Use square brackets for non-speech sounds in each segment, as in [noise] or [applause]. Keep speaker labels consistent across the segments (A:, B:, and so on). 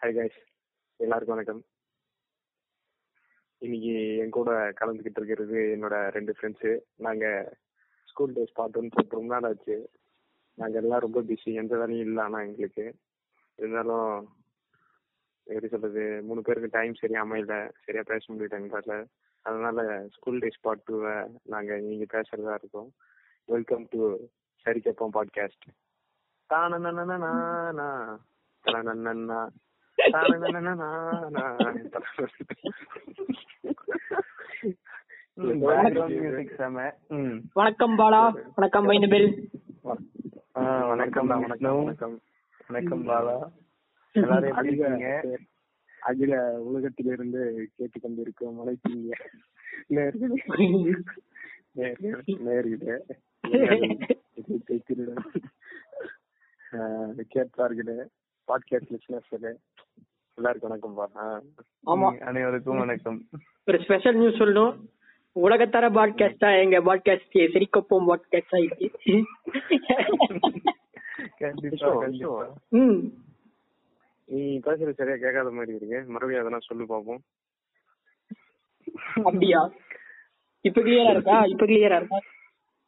A: Hi guys எல்லாருக்கும் வணக்கம் இன்னைக்கு என் கூட கலந்துகிட்டு இருக்கிறது என்னோட ரெண்டு ஃப்ரெண்ட்ஸு நாங்க ஸ்கூல் டேஸ் பார்த்தோன்னு சொல்லிட்டு ரொம்ப நாள் ஆச்சு நாங்க எல்லாம் ரொம்ப பிஸி எந்த வேலையும் இல்லை ஆனால் எங்களுக்கு இருந்தாலும் எப்படி சொல்றது மூணு பேருக்கு டைம் சரியா அமையல சரியா பேச முடியல எங்களால அதனால ஸ்கூல் டேஸ் பார்ட் டூவை நாங்க இன்னைக்கு பேசுறதா இருக்கோம் வெல்கம் டு சரி கேட்போம் பாட்காஸ்ட் தானனா தனன்னா
B: பேக்ரவுண்ட் மியூசிக் செம ம்.
C: வணக்கம் பாலா வணக்கம் பைனபில்
B: ஆ, Uh, வணக்கம்
A: வணக்கம்
B: விஷ்ணு
A: வணக்கம்
B: வணக்கம் பாலா எல்லாரும் எப்படி இருக்கீங்க
A: அகில உலகத்திலிருந்து கேட்டு கொண்டிருக்கும் மலைத்தீங்க கேட்பார்களே பாட்காஸ்ட் லிஸ்னர்ஸ் எல்லாருக்கும் வணக்கம் பா
C: ஆமா
B: ம், அனைவருக்கும் வணக்கம்
C: ஒரு ஸ்பெஷல் நியூஸ் சொல்லணும் உலகத்தர பாட்காஸ்டா எங்க பாட்காஸ்ட் சிரிக்கப்போம் பாட்காஸ்ட் ஆயிடுச்சு
B: கண்டிப்பா
A: விஷ்ணு, விஷ்ணு,
B: கண்டிப்பா
C: ம்.
A: நீ பேசுறது சரியா கேட்காத மாதிரி இருக்கு மறுபடியும் அதெல்லாம் சொல்லு பாப்போம்
C: அப்படியா இப்ப கிளியரா இருக்கா இப்ப கிளியரா இருக்கா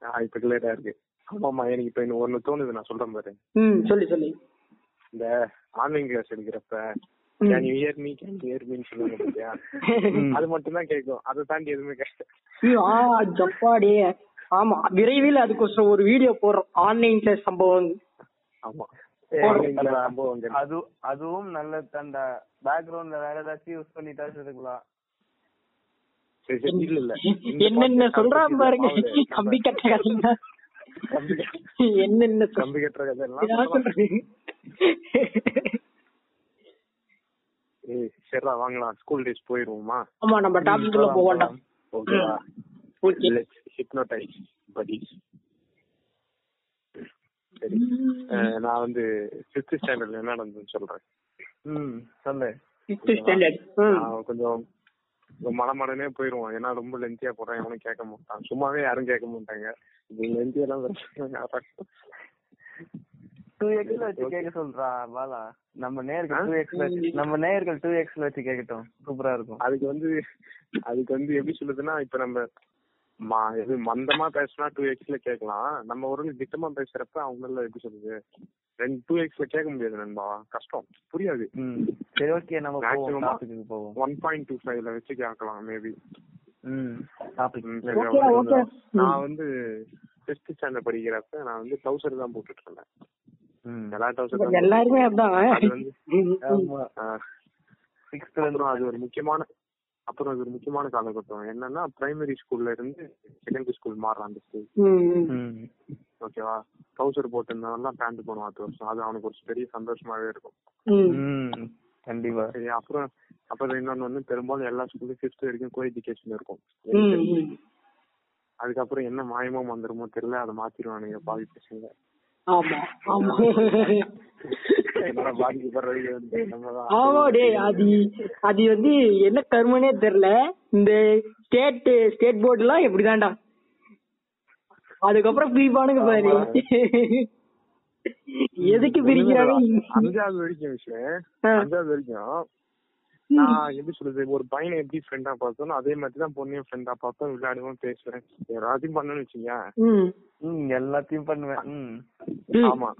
A: ஆ, இப்ப கிளியரா இருக்கு ஆமாமா எனக்கு இப்ப இன்னும் ஒண்ணு தோணுது நான் சொல்றேன் பாரு
C: ம் சொல்லு சொல்லு
A: இந்த ஆன்லைன் கிளாஸ் எடுக்கிறப்ப
C: ம்.
A: Can you hear me can you hear மீன்னு சொல்லுவாங்க பாத்தியா
B: ம்.
A: அது மட்டும் தான் கேட்கும் அதை தாண்டி எதுவுமே கேட்க
C: ஐயோ, ஆ ஜப்பாடே ஆமா விரைவில் அதுக்கோசரம் ஒரு வீடியோ போடுறோம் ஆன்லைன் கிளாஸ் சம்பவம்
A: ஆமா
B: ஏய்,
A: Online class சம்பவம் இருக்கு.
B: அது அதுவும் நல்ல அந்த பேக்ரவுண்ட்ல வேற ஏதாச்சும் யூஸ் பண்ணி பேசுறதுக்குலாம்
A: சரி, சரி, இல்ல இல்ல இந்த
C: என்னென்ன
A: podcast
C: சொல்றான்
A: பத்தி
C: பாருங்க
A: பாவம் இல்ல.
C: [laughs] கம்பி கட்ட கதைங்க என்னென்ன சொல்றான்.
A: கம்பி கட்டுற கதை எல்லாம்
C: என்ன சொல்றது?
A: ஏய், சரிடா வாங்கலாம் ஸ்கூல் டேஸ் போயிருவோமா
C: ஆமா நம்ம டாபிக் உள்ள போக வேண்டாம்
A: ஓகேவா
C: Okay.
A: லெட்ஸ் ஹிப்னோடைஸ் படிஸ் சரி அஹ், நான் வந்து ஃபிஃப்த் ஸ்டாண்டர்ட்ல என்ன நடந்ததுன்னு சொல்றேன்
B: ம் சொல்லு
C: Fifth standard. ம்.
A: நான் கொஞ்சம் மனமடனே போயிருவோம் ஏன்னா ரொம்ப லென்த்தியா போறேன் எவனும் கேட்க மாட்டான் சும்மாவே யாரும் கேட்க மாட்டாங்க இது லென்த்தியெல்லாம்
B: டூ எக்ஸ்ல வச்சு கேட்க சொல்றா பாலா நம்ம நேர்கள்
A: ஆ?
B: டூ எக்ஸ்ல நம்ம நேர்கள் டூ எக்ஸ்ல வச்சு கேட்கட்டும் சூப்பரா இருக்கும்
A: அதுக்கு வந்து அதுக்கு வந்து எப்படி சொல்லுதுன்னா இப்ப நம்ம மா இது மந்தமா பேசினா டூ எக்ஸ்ல கேட்கலாம் நம்ம ஒரு திட்டமா பேசுறப்ப அவங்களால எப்படி சொல்றது ரெண்டு டூ எக்ஸ்ல கேட்க முடியாது நண்பா கஷ்டம் புரியாது
B: ம் சரி ஓகே நம்ம போவோம்
A: Maximum-ஆ?
B: டாபிக்கு போவோம்
A: ஒன் பாயிண்ட் டூ ஃபைவ்ல வச்சு கேட்கலாம் மேபி
B: ம் டாபிக்
A: ம், சரி,
C: Okay,
A: அவ்வளவுதான்.
C: okay.
A: நான் வந்து ஃபிஃப்த் ஸ்டாண்டர்ட் படிக்கிறப்ப நான் வந்து டவுசர் தான் போட்டுட்டு இருந்தேன்
B: ம்
A: எல்லா டவுசர் தான்
C: எல்லாருமே அதான்
A: அது வந்து-
C: ம், ம்.
B: ஆமா
A: ஆஹ்,
B: சிக்ஸ்த்ல இருந்து
A: அப்புறம் அது ஒரு முக்கியமான அப்புறம் அது ஒரு முக்கியமான காலகட்டம் என்னன்னா பிரைமரி ஸ்கூல்ல இருந்து செகண்டரி ஸ்கூல் மாறுறான் அந்த ஸ்கூல்
C: ம், ம்.
B: ம்
A: ஓகேவா ட்ரௌசர் போட்டிருந்தவன்லாம் பேண்ட் போடுவான் அடுத்த வருஷம் அது அவனுக்கு ஒரு பெரிய சந்தோஷமாவே இருக்கும்
C: ம்.
B: ம் கண்டிப்பா
A: சரி அப்புறம் அப்புறம் இன்னொன்னு வந்து பெரும்பாலும் எல்லா ஸ்கூல்லையும் ஃபிஃப்த் வரைக்கும் கோ எஜுகேஷன் இருக்கும்
C: ம், ம்.
A: அதுக்கப்புறம் என்ன மாயமா வந்துருமோ தெரியல அதை மாத்திருவானுங்க பாதி பசங்க
C: ஆமா ஆமா
A: என்னடா பாதிக்கப்படுறது வந்து நம்மதான்.
C: ஆமா டேய் அது அது வந்து என்ன கருமனே தெரியல இந்த ஸ்டேட் ஸ்டேட் போர்டு எல்லாம் எப்படிதான்டா அதுக்கப்புறம் பிரிப்பானுங்க பாரு எதுக்கு பிரிக்கிறாங்க
A: அஞ்சாவது வரைக்கும் விஷயம்
C: ஆ.
A: அஞ்சாவது வரைக்கும் நான் எப்படி சொல்றது ஒரு பையனை எப்படி ஃப்ரெண்டா பார்த்தோம் அதே மாதிரி தான் பொண்ணையும் ஃப்ரெண்டா பார்த்தோம் விளையாடுவோம் பேசுவேன் எல்லாத்தையும் பண்ணணும்னு வச்சுக்கயா
C: ம்
B: ம் எல்லாத்தையும் பண்ணுவேன் ம்
C: ம்.
A: ஆமா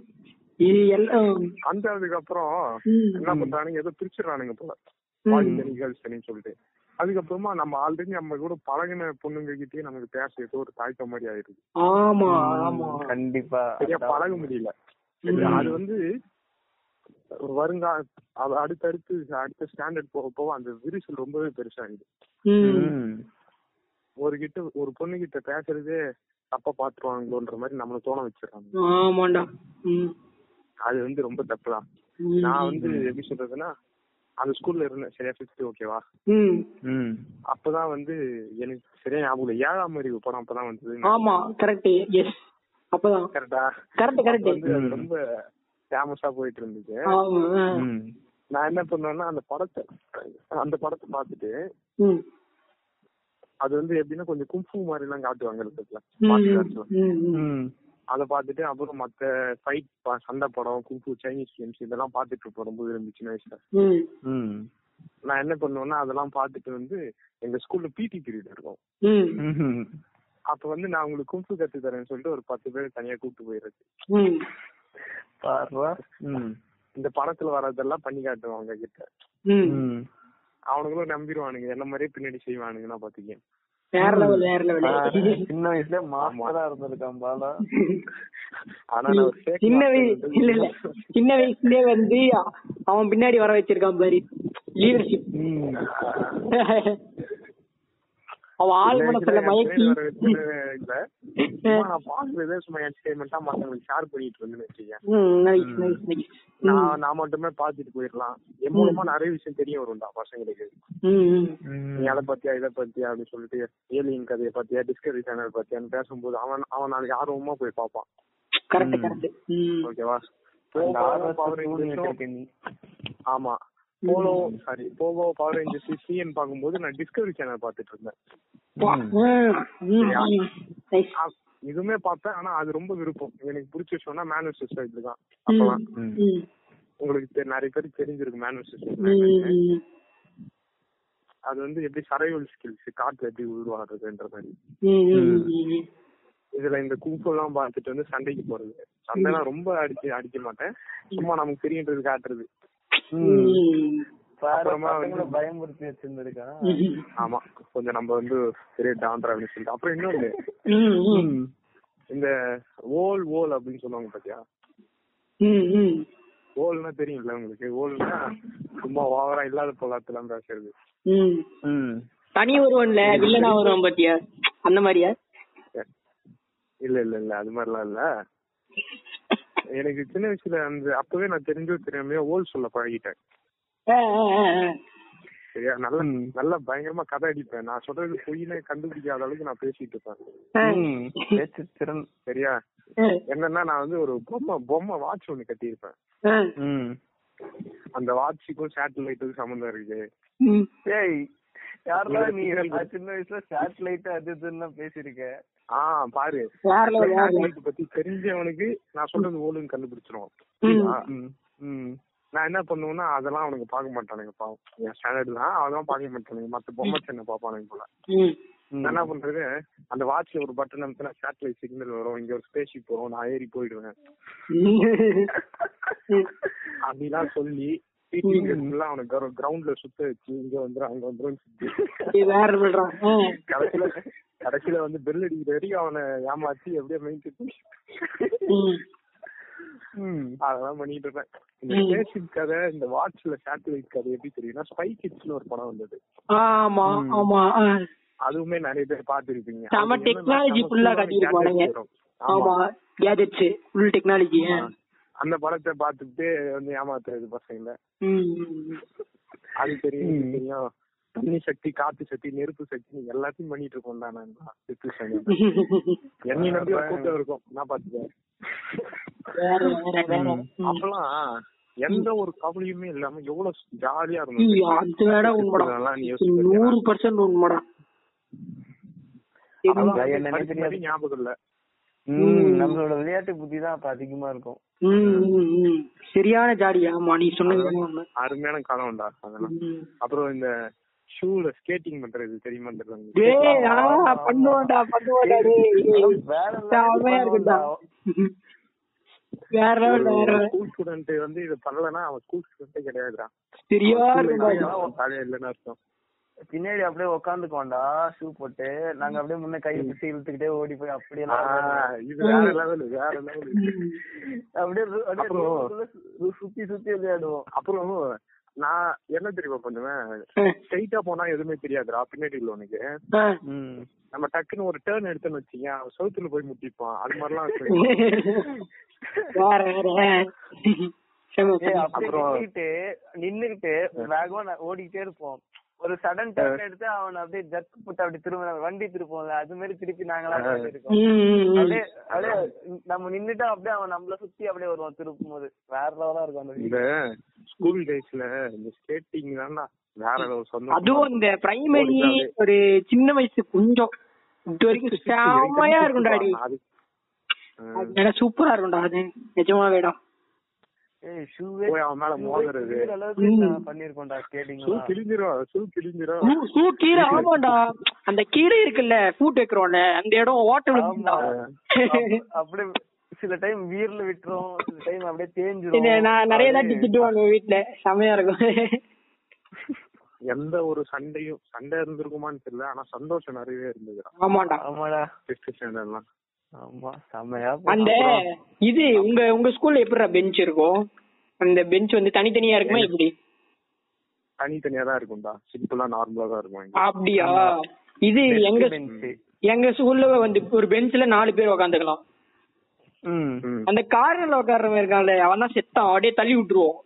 C: இது எல்லாம்
A: அஞ்சாவதுக்கு அப்புறம்
C: ம்.
A: என்ன பண்றானுங்க ஏதோ பிரிச்சிடறானுங்க போல
C: ம்.
A: பாய்ஸ் தனி கேர்ள்ஸ் தனின்னு சொல்லிட்டு அதுக்கப்புறமா நம்ம ஆல்ரெடி நம்ம கூட பழகின பொண்ணுங்க கிட்டயே நமக்கு பேச ஏதோ ஒரு தாய்க்க மாதிரி ஆயிருக்கு
C: ஆமா ஆமா
B: கண்டிப்பா
A: சரியா
B: அதான்.
A: பழக முடியல சரியா? அது வந்து ஒரு வருங்கால அது அடுத்தடுத்து அடுத்த ஸ்டாண்டர்ட் போக போக அந்த விரிசல் ரொம்பவே பெருசாகுது
C: ம்.
B: ம்.
A: ஒரு கிட்ட ஒரு பொண்ணு கிட்ட பேசுறதே தப்பா பாத்துருவாங்களோன்ற மாதிரி நம்மள தோண வச்சிடறாங்க
C: ஆமாண்டா ம்.
A: அது வந்து ரொம்ப தப்புதான்
C: ம்.
A: நான் வந்து எப்படி சொல்றதுன்னா அந்த ஸ்கூல்ல இருந்தேன் சரியா ஃபிஃப்த் ஓகேவா
C: ம்.
B: ம்.
A: அப்பதான் வந்து எனக்கு சரியா ஞாபகம் இல்லை. ஏழாம் அறிவு படம் அப்பதான் வந்தது
C: ஆமா கரெக்ட் எஸ் அப்பதான்
A: கரெக்டா
C: கரெக்ட் கரெக்ட்
A: வந்து அது
B: ம்.
A: ரொம்ப ஃபேமஸா போயிட்டு இருந்துச்சு
C: ஆமா ஆ.
B: ம்.
A: நான் என்ன பண்ணேன்னா அந்த படத்தை அந்த படத்தை பார்த்துட்டு
C: ம்.
A: அது வந்து எப்படின்னா கொஞ்சம் கும்ஃபு மாதிரி எல்லாம் காட்டுவாங்க இருக்கிறதுல
C: ம்.
A: martial arts ல.
C: ம். ம்.
B: ம்.
A: அதை பார்த்துட்டு அப்புறம் மத்த ஃபைட் சண்டை படம் குங்கு சைனீஸ் கேம்ஸ் இதெல்லாம் பார்த்துட்டு இருப்போம் ரொம்ப விரும்பி சின்ன வயசுல
C: ம்
B: ம்
A: நான் என்ன பண்ணுவேன்னா அதெல்லாம் பார்த்துட்டு வந்து எங்க ஸ்கூல்ல பிடி பீரியட் இருக்கும்
C: ம்
B: ம் [laughs]
A: அப்ப வந்து நான் உங்களுக்கு குங்கு கத்து தரேன்னு சொல்லிட்டு ஒரு பத்து பேர் தனியா கூப்பிட்டு போயிடுறது
C: ம்
B: பார்வா ம்
A: இந்த படத்துல வர்றதெல்லாம் பண்ணி காட்டுவாங்க அவங்க கிட்ட
C: ம்
B: ம்
A: அவனுங்களும் நம்பிடுவானுங்க என்ன மாதிரியே பின்னாடி செய்வானுங்கன்னா பாத்துக்கேன்
C: வேற லெவல் வேற
B: ஆ,
C: லெவல்
B: சின்ன வயசுல மாஸ்டரா இருந்திருக்கான் பாலா
A: ஆனா நான் ஒரு fake
C: சின்ன
A: master
C: வயசு
A: வந்து-
C: இல்ல இல்ல சின்ன வயசுலயே வந்து அ- அவன் பின்னாடி வர வச்சிருக்கான் பாரு லீடர்ஷிப்
B: ம்
C: அவன் ஆள்
A: சின்ன
C: மனசுல
A: வயசுல என் பிள்ளைங்க வர வச்சுட்டு இல்ல
C: மயக்கி
A: சும்மா நான் பாக்குறதே சும்மா என்டர்டைன்மெண்டா மத்தவங்களுக்கு ஷேர் பண்ணிட்டு இருந்தேன்னு வச்சுக்கேன்
C: ம் நைஸ் நைஸ் நைஸ் ம்
A: நான் நான் மட்டுமே பாத்துட்டு போயிடலாம் என் மூலமா நிறைய விஷயம் தெரிய வரும்டா பசங்களுக்கு
C: ம் ம்
A: நீ அதை பத்தியா இதை பத்தியா அப்படின்னு சொல்லிட்டு ஏலியன் கதையை பத்தியா டிஸ்கவரி சேனல் பத்தியான்னு பேசும்போது அவன் அவன் நாளைக்கு ஆர்வமா போய் பார்ப்பான்
C: கரெக்ட்
B: ம்.
C: கரெக்ட் ம்
A: ஓகேவா அந்த ஆர்வம் power rangers-ம்,
B: ம்
A: ஆமா polo sorry Pogo Power Rangers CN பார்க்கும்போது நான் டிஸ்கவரி சேனல் பார்த்துட்டு இருந்தேன்
C: வா. ம், ம், ம். Nice.
A: அ- இதுவுமே பார்ப்பேன் ஆனா அது ரொம்ப விருப்பம் எனக்கு பிடிச்ச விஷயம்னா மேனுவல் சிஸ்டம் இதுதான்
C: ம்,
A: அப்பெல்லாம்
B: ம்.
C: ம்,
A: உங்களுக்கு தெ- நிறைய பேருக்கு தெரிஞ்சிருக்கு மேனுவல் சிஸ்டம்
C: ம்,
A: அது வந்து எப்படி சரைவல் ஸ்கில்ஸ் காட்டுல எப்படி உருவாடுறதுன்ற மாதிரி
C: ம், ம், ம்.
A: இதுல இந்த கும்பு எல்லாம் பார்த்துட்டு வந்து சண்டைக்கு போறது சண்டைலாம் ரொம்ப அடிச்சு அடிக்க மாட்டேன் சும்மா நமக்கு தெரியுன்றது காட்டுறது
B: ம்.
C: ம்.
B: பாரு,
A: அப்புறமா வந்து-
B: பசங்களை பயமுறுத்தி வச்சிருந்திருக்கான்.
A: ஆமா கொஞ்சம் நம்ம வந்து பெரிய டான்டர் அப்படின்னு சொல்லிட்டு அப்புறம் இன்னொன்னு
C: ம், ம்,
B: ம்.
A: இந்த ஓல் ஓல் அப்படின்னு சொல்லுவாங்க பாத்தியா
C: ம், ம்.
A: ஓல்னா தெரியும்ல உங்களுக்கு ஓல்னா சும்மா ஓவரா இல்லாத பொல்லாத்தெல்லாம் பேசுறது
C: ம்.
B: ம்.
C: தனி ஒருவன்ல வில்லனா வருவான் பாத்தியா அந்த மாதிரியா
A: இல்ல இல்ல இல்ல அது மாதிரிலாம் இல்ல எனக்கு சின்ன வயசுல அந்த அப்பவே நான் தெரிஞ்சோ தெரியாமையோ ஓல் சொல்ல பழகிட்டேன்
C: ஆ, ஆ, ஆ, ஆ.
A: சரியா நல்ல
B: ம்.
A: நல்லா பயங்கரமா கதை அடிப்பேன் நான் சொல்றது பொய்னே கண்டுபிடிக்காத அளவுக்கு நான் பேசிட்டு இருப்பேன்
C: ஆ.
B: ம். பேச்சு திறன்.
A: சரியா
C: ஆ,
A: என்னன்னா நான் வந்து ஒரு பொம்மை பொம்மை வாட்ச் ஒண்ணு கட்டியிருப்பேன்
C: ஆ.
B: ம்.
A: அந்த வாட்சுக்கும் சேட்டலைட்டுக்கும் சம்மந்தம் இருக்கு
C: ம்.
B: ஏய், யார்ரா நீ?
A: சிக்னல்
B: நான் சின்ன வயசுல satellite அது இதுன்னுலாம் பேசியிருக்க.
A: ஆஹ் பாரு
C: வேற level, வேற level.
A: சேட்டலைட் பத்தி தெரிஞ்சவனுக்கு நான் சொல்றது ஓடுன்னு கண்டுபிடிச்சிருவான்
C: ம்.
A: ஆ.
B: ம். ம்.
A: நான் என்ன பண்ணுவேன்னா அதெல்லாம் அவனுக்கு பார்க்க மாட்டானுங்க பாவம் என் ஸ்டாண்டர்ட் தான் அதெல்லாம் பார்க்க மாட்டானுங்க மத்த பொம்மை சின்ன பாப்பானுங்க போல
C: ம்.
B: ம்.
A: நான் என்ன பண்றது அந்த வாட்ச்ல ஒரு பட்டன் அமுத்தினா சேட்டலைட் சிக்னல் வரும் இங்க ஒரு ஸ்பேஸ்ஷிப் வரும் நான் ஏறி போயிடுவேன் அப்படிலாம் சொல்லி எல்லாம் அவனை கிரவுண்ட்ல சுத்த வச்சு இங்க வந்துரும் அங்க வந்துரும் சுத்தி
C: இது வேற level-டா. ஆ.
A: கடைசியில கடைசியில வந்து பெல் அடிக்கிற வரைக்கும் அவனை ஏமாத்தி எப்படியோ மைண்ட்
C: ம்.
B: ம்.
A: அதெல்லாம் பண்ணிட்டு இருப்பேன் இந்த
C: ம்.
A: ஸ்பேஸ்ஷிப் கதை இந்த வாட்ச்ல சேட்டலைட் கதை எப்படி தெரியும்னா ஸ்பை கிட்ஸ்னு ஒரு படம் வந்தது
C: ஆமா ஆமா ஆ.
A: அதுவுமே நிறைய பேர் பாத்துருப்பீங்க
C: செம technology full ஆ காட்டியிருப்பானுங்க. ஆமா கேஜெட்ஸ் ஃபுல் டெக்னாலஜி
A: அந்த படத்தை பார்த்துட்டு வந்து ஏமாத்துறது பசங்கள
C: ம்
A: அது தெரியும் இது
B: ம்.
A: தெரியும் தண்ணி சக்தி காத்து சக்தி நெருப்பு சக்தி எல்லாத்தையும் பண்ணிட்டு இருக்கோம் தான்
C: [laughs]
A: நான் situation. என்னைய நம்பி ஒரு கூட்டம் இருக்கும் நான் பாத்துக்கேன்
C: வேற வேற வேற
B: ம்.
C: ம்.
A: அப்பெல்லாம் எந்த ஒரு கவலையுமே இல்லாம எவ்வளவு ஜாலியா
C: ஈ,
A: இருந்தது
C: அது வேற உண்மைடா
A: இதெல்லாம் நீ யோசிச்சு பாத்தியா?
C: நூறு பர்சன்ட் உண்மைடா
A: அதெல்லாம்
B: பயம்
A: வந்து
B: நினைவு
A: படிச்ச மாதிரி ஞாபகம் இல்ல
B: ம். நம்மளோட விளையாட்டு புத்தி தான் அப்ப அதிகமா இருக்கும்
C: ம், ம், ம். சரியான ஜாடி ஆமா நீ சொன்னது வேணா உண்மை.
A: அருமையான காலம் உண்டா அதெல்லாம்
C: ம்.
A: அப்புறம் இந்த ஷூல ஸ்கேட்டிங் பண்றது தெரியுமா தெரியல
C: டேய் ஆ, பண்ணுவோம்டா பண்ணுவோம்டா டேய் டேய்.
B: வேற
C: செமையா இருக்குடா வேற level, வேற level.
A: ஸ்கூல் ஸ்டூடெண்ட் வந்து இது பண்ணலன்னா அவன் ஸ்கூல் ஸ்டூடெண்டே கிடையாதுடா
C: சரியா இருக்குடா
A: தலையா- அவன் தலையா இல்லைன்னு அர்த்தம்
B: பின்னாடி அப்படியே உக்காந்துக்கோண்டா ஷூ போட்டு நாங்க அப்படியே முன்ன கை பிடிச்சி இழுத்துக்கிட்டே ஓடி போய் அப்படியே
A: ஆ, இது வேற லெவல் வேற லெவல்
B: அப்படியே ரு- அப்படியே
A: அப்புறம்?
B: ரோட்டுக்குள்ள சு- சு- சுத்தி சுத்தி விளையாடுவோம்
A: அப்புறம் நான் என்ன தெரியுமா பண்ணுவேன் ஸ்ட்ரைட்டா போனா எதுவுமே தெரியாதுடா பின்னாடி உள்ள உனக்கு
C: ஆ.
A: நம்ம டக்குன்னு ஒரு டேர்ன் எடுத்தோம்னு வச்சீங்க அவன் சவுத்துல போய் முட்டிப்பான் அது மாதிரிலாம் இருக்கும்.
C: [laughs] வேற வேற செம,
B: ஏய்,
C: செம.
B: அப்படியே
A: அப்புறம்?
B: நின்னுக்கிட்டு நின்னுக்கிட்டு வேகமா நான் ஓடிக்கிட்டே இருப்போம் ஒரு சடன் டர்ன் எடுத்து அவன் அப்படியே ஜக்கு போட்டு அப்படி திரும்ப வண்டி திருப்போம்ல அது மாதிரி திருப்பி நாங்களா போயிட்டு இருக்கோம்
C: ம், ம், ம்.
B: அப்படியே அப்படியே நம்ம நின்னுட்டா அப்படியே அவன் நம்மள சுத்தி அப்படியே வருவான் திருப்பும் போது வேற லெவலா இருக்கும் அந்த
A: இந்த ஸ்கூல் டேஸ்ல இந்த ஸ்கேட்டிங் தான்டா வேற லெவல் சொந்தம்
C: அதுவும் இந்த பிரைமரி
A: ஓடிட்டாலே.
C: ஒரு சின்ன வயசு கொஞ்சம் இது வரைக்கும் செமையா இருக்கும்டா டேய்.
A: அது ம்.
C: ஏன்னா சூப்பரா இருக்கும்டா அது நிஜமாவேடா
B: ஏய் ஷூவே
A: போய் அவன் மேல மோதுறது
C: ம்.
B: பண்ணிருக்கோம்டா
A: ஷூ
B: ஸ்கேட்டிங்
A: கிழிஞ்சிரும் ஷூ கிழிஞ்சிரும்
C: சூ- சூ கீரை ஆமாடா அந்த கீரை இருக்குல்ல பூட் வைக்கிறோம்ல அந்த இடம் ஓட்ட விழுந்தா
B: ஆமா. அப்படியே சில டைம் வீர்ல விட்டுரும் சில டைம் அப்படியே தேஞ்சிரும்
C: நான் நிறைய தாட்டி திட்டுவாங்க வீட்டுல செமையா இருக்கும்
A: எந்த ஒரு சண்டையும் சண்டை இருந்திருக்குமான்னு தெரியல ஆனா சந்தோஷம் நிறையவே இருந்ததுடா
C: ஆமாடா
B: ஆமாடா
A: ஃபிஃப்த் ஸ்டாண்டர்ட்லாம்
B: ஆமா செமையா
C: அந்த இது உங்க உங்க ஸ்கூல்ல எப்படிடா பெஞ்ச் இருக்கும் அந்த பெஞ்ச் வந்து தனித்தனியா இருக்குமா எப்படி
A: தனித்தனியா தான் இருக்கும்டா சிம்பிளா நார்மலா தான் இருக்கும் இங்க.
C: அப்படியா இது எங்க
B: பெஞ்சு
C: எங்க ஸ்கூல்ல வந்து ஒரு பெஞ்ச்ல நாலு பேர் உக்காந்துக்கலாம்
B: ம்
A: ம்.
C: அந்த கார்னர்ல உட்கார்றவன் இருக்கான்ல அவன் தான் செத்தான் அப்படியே தள்ளி விட்டுருவோம்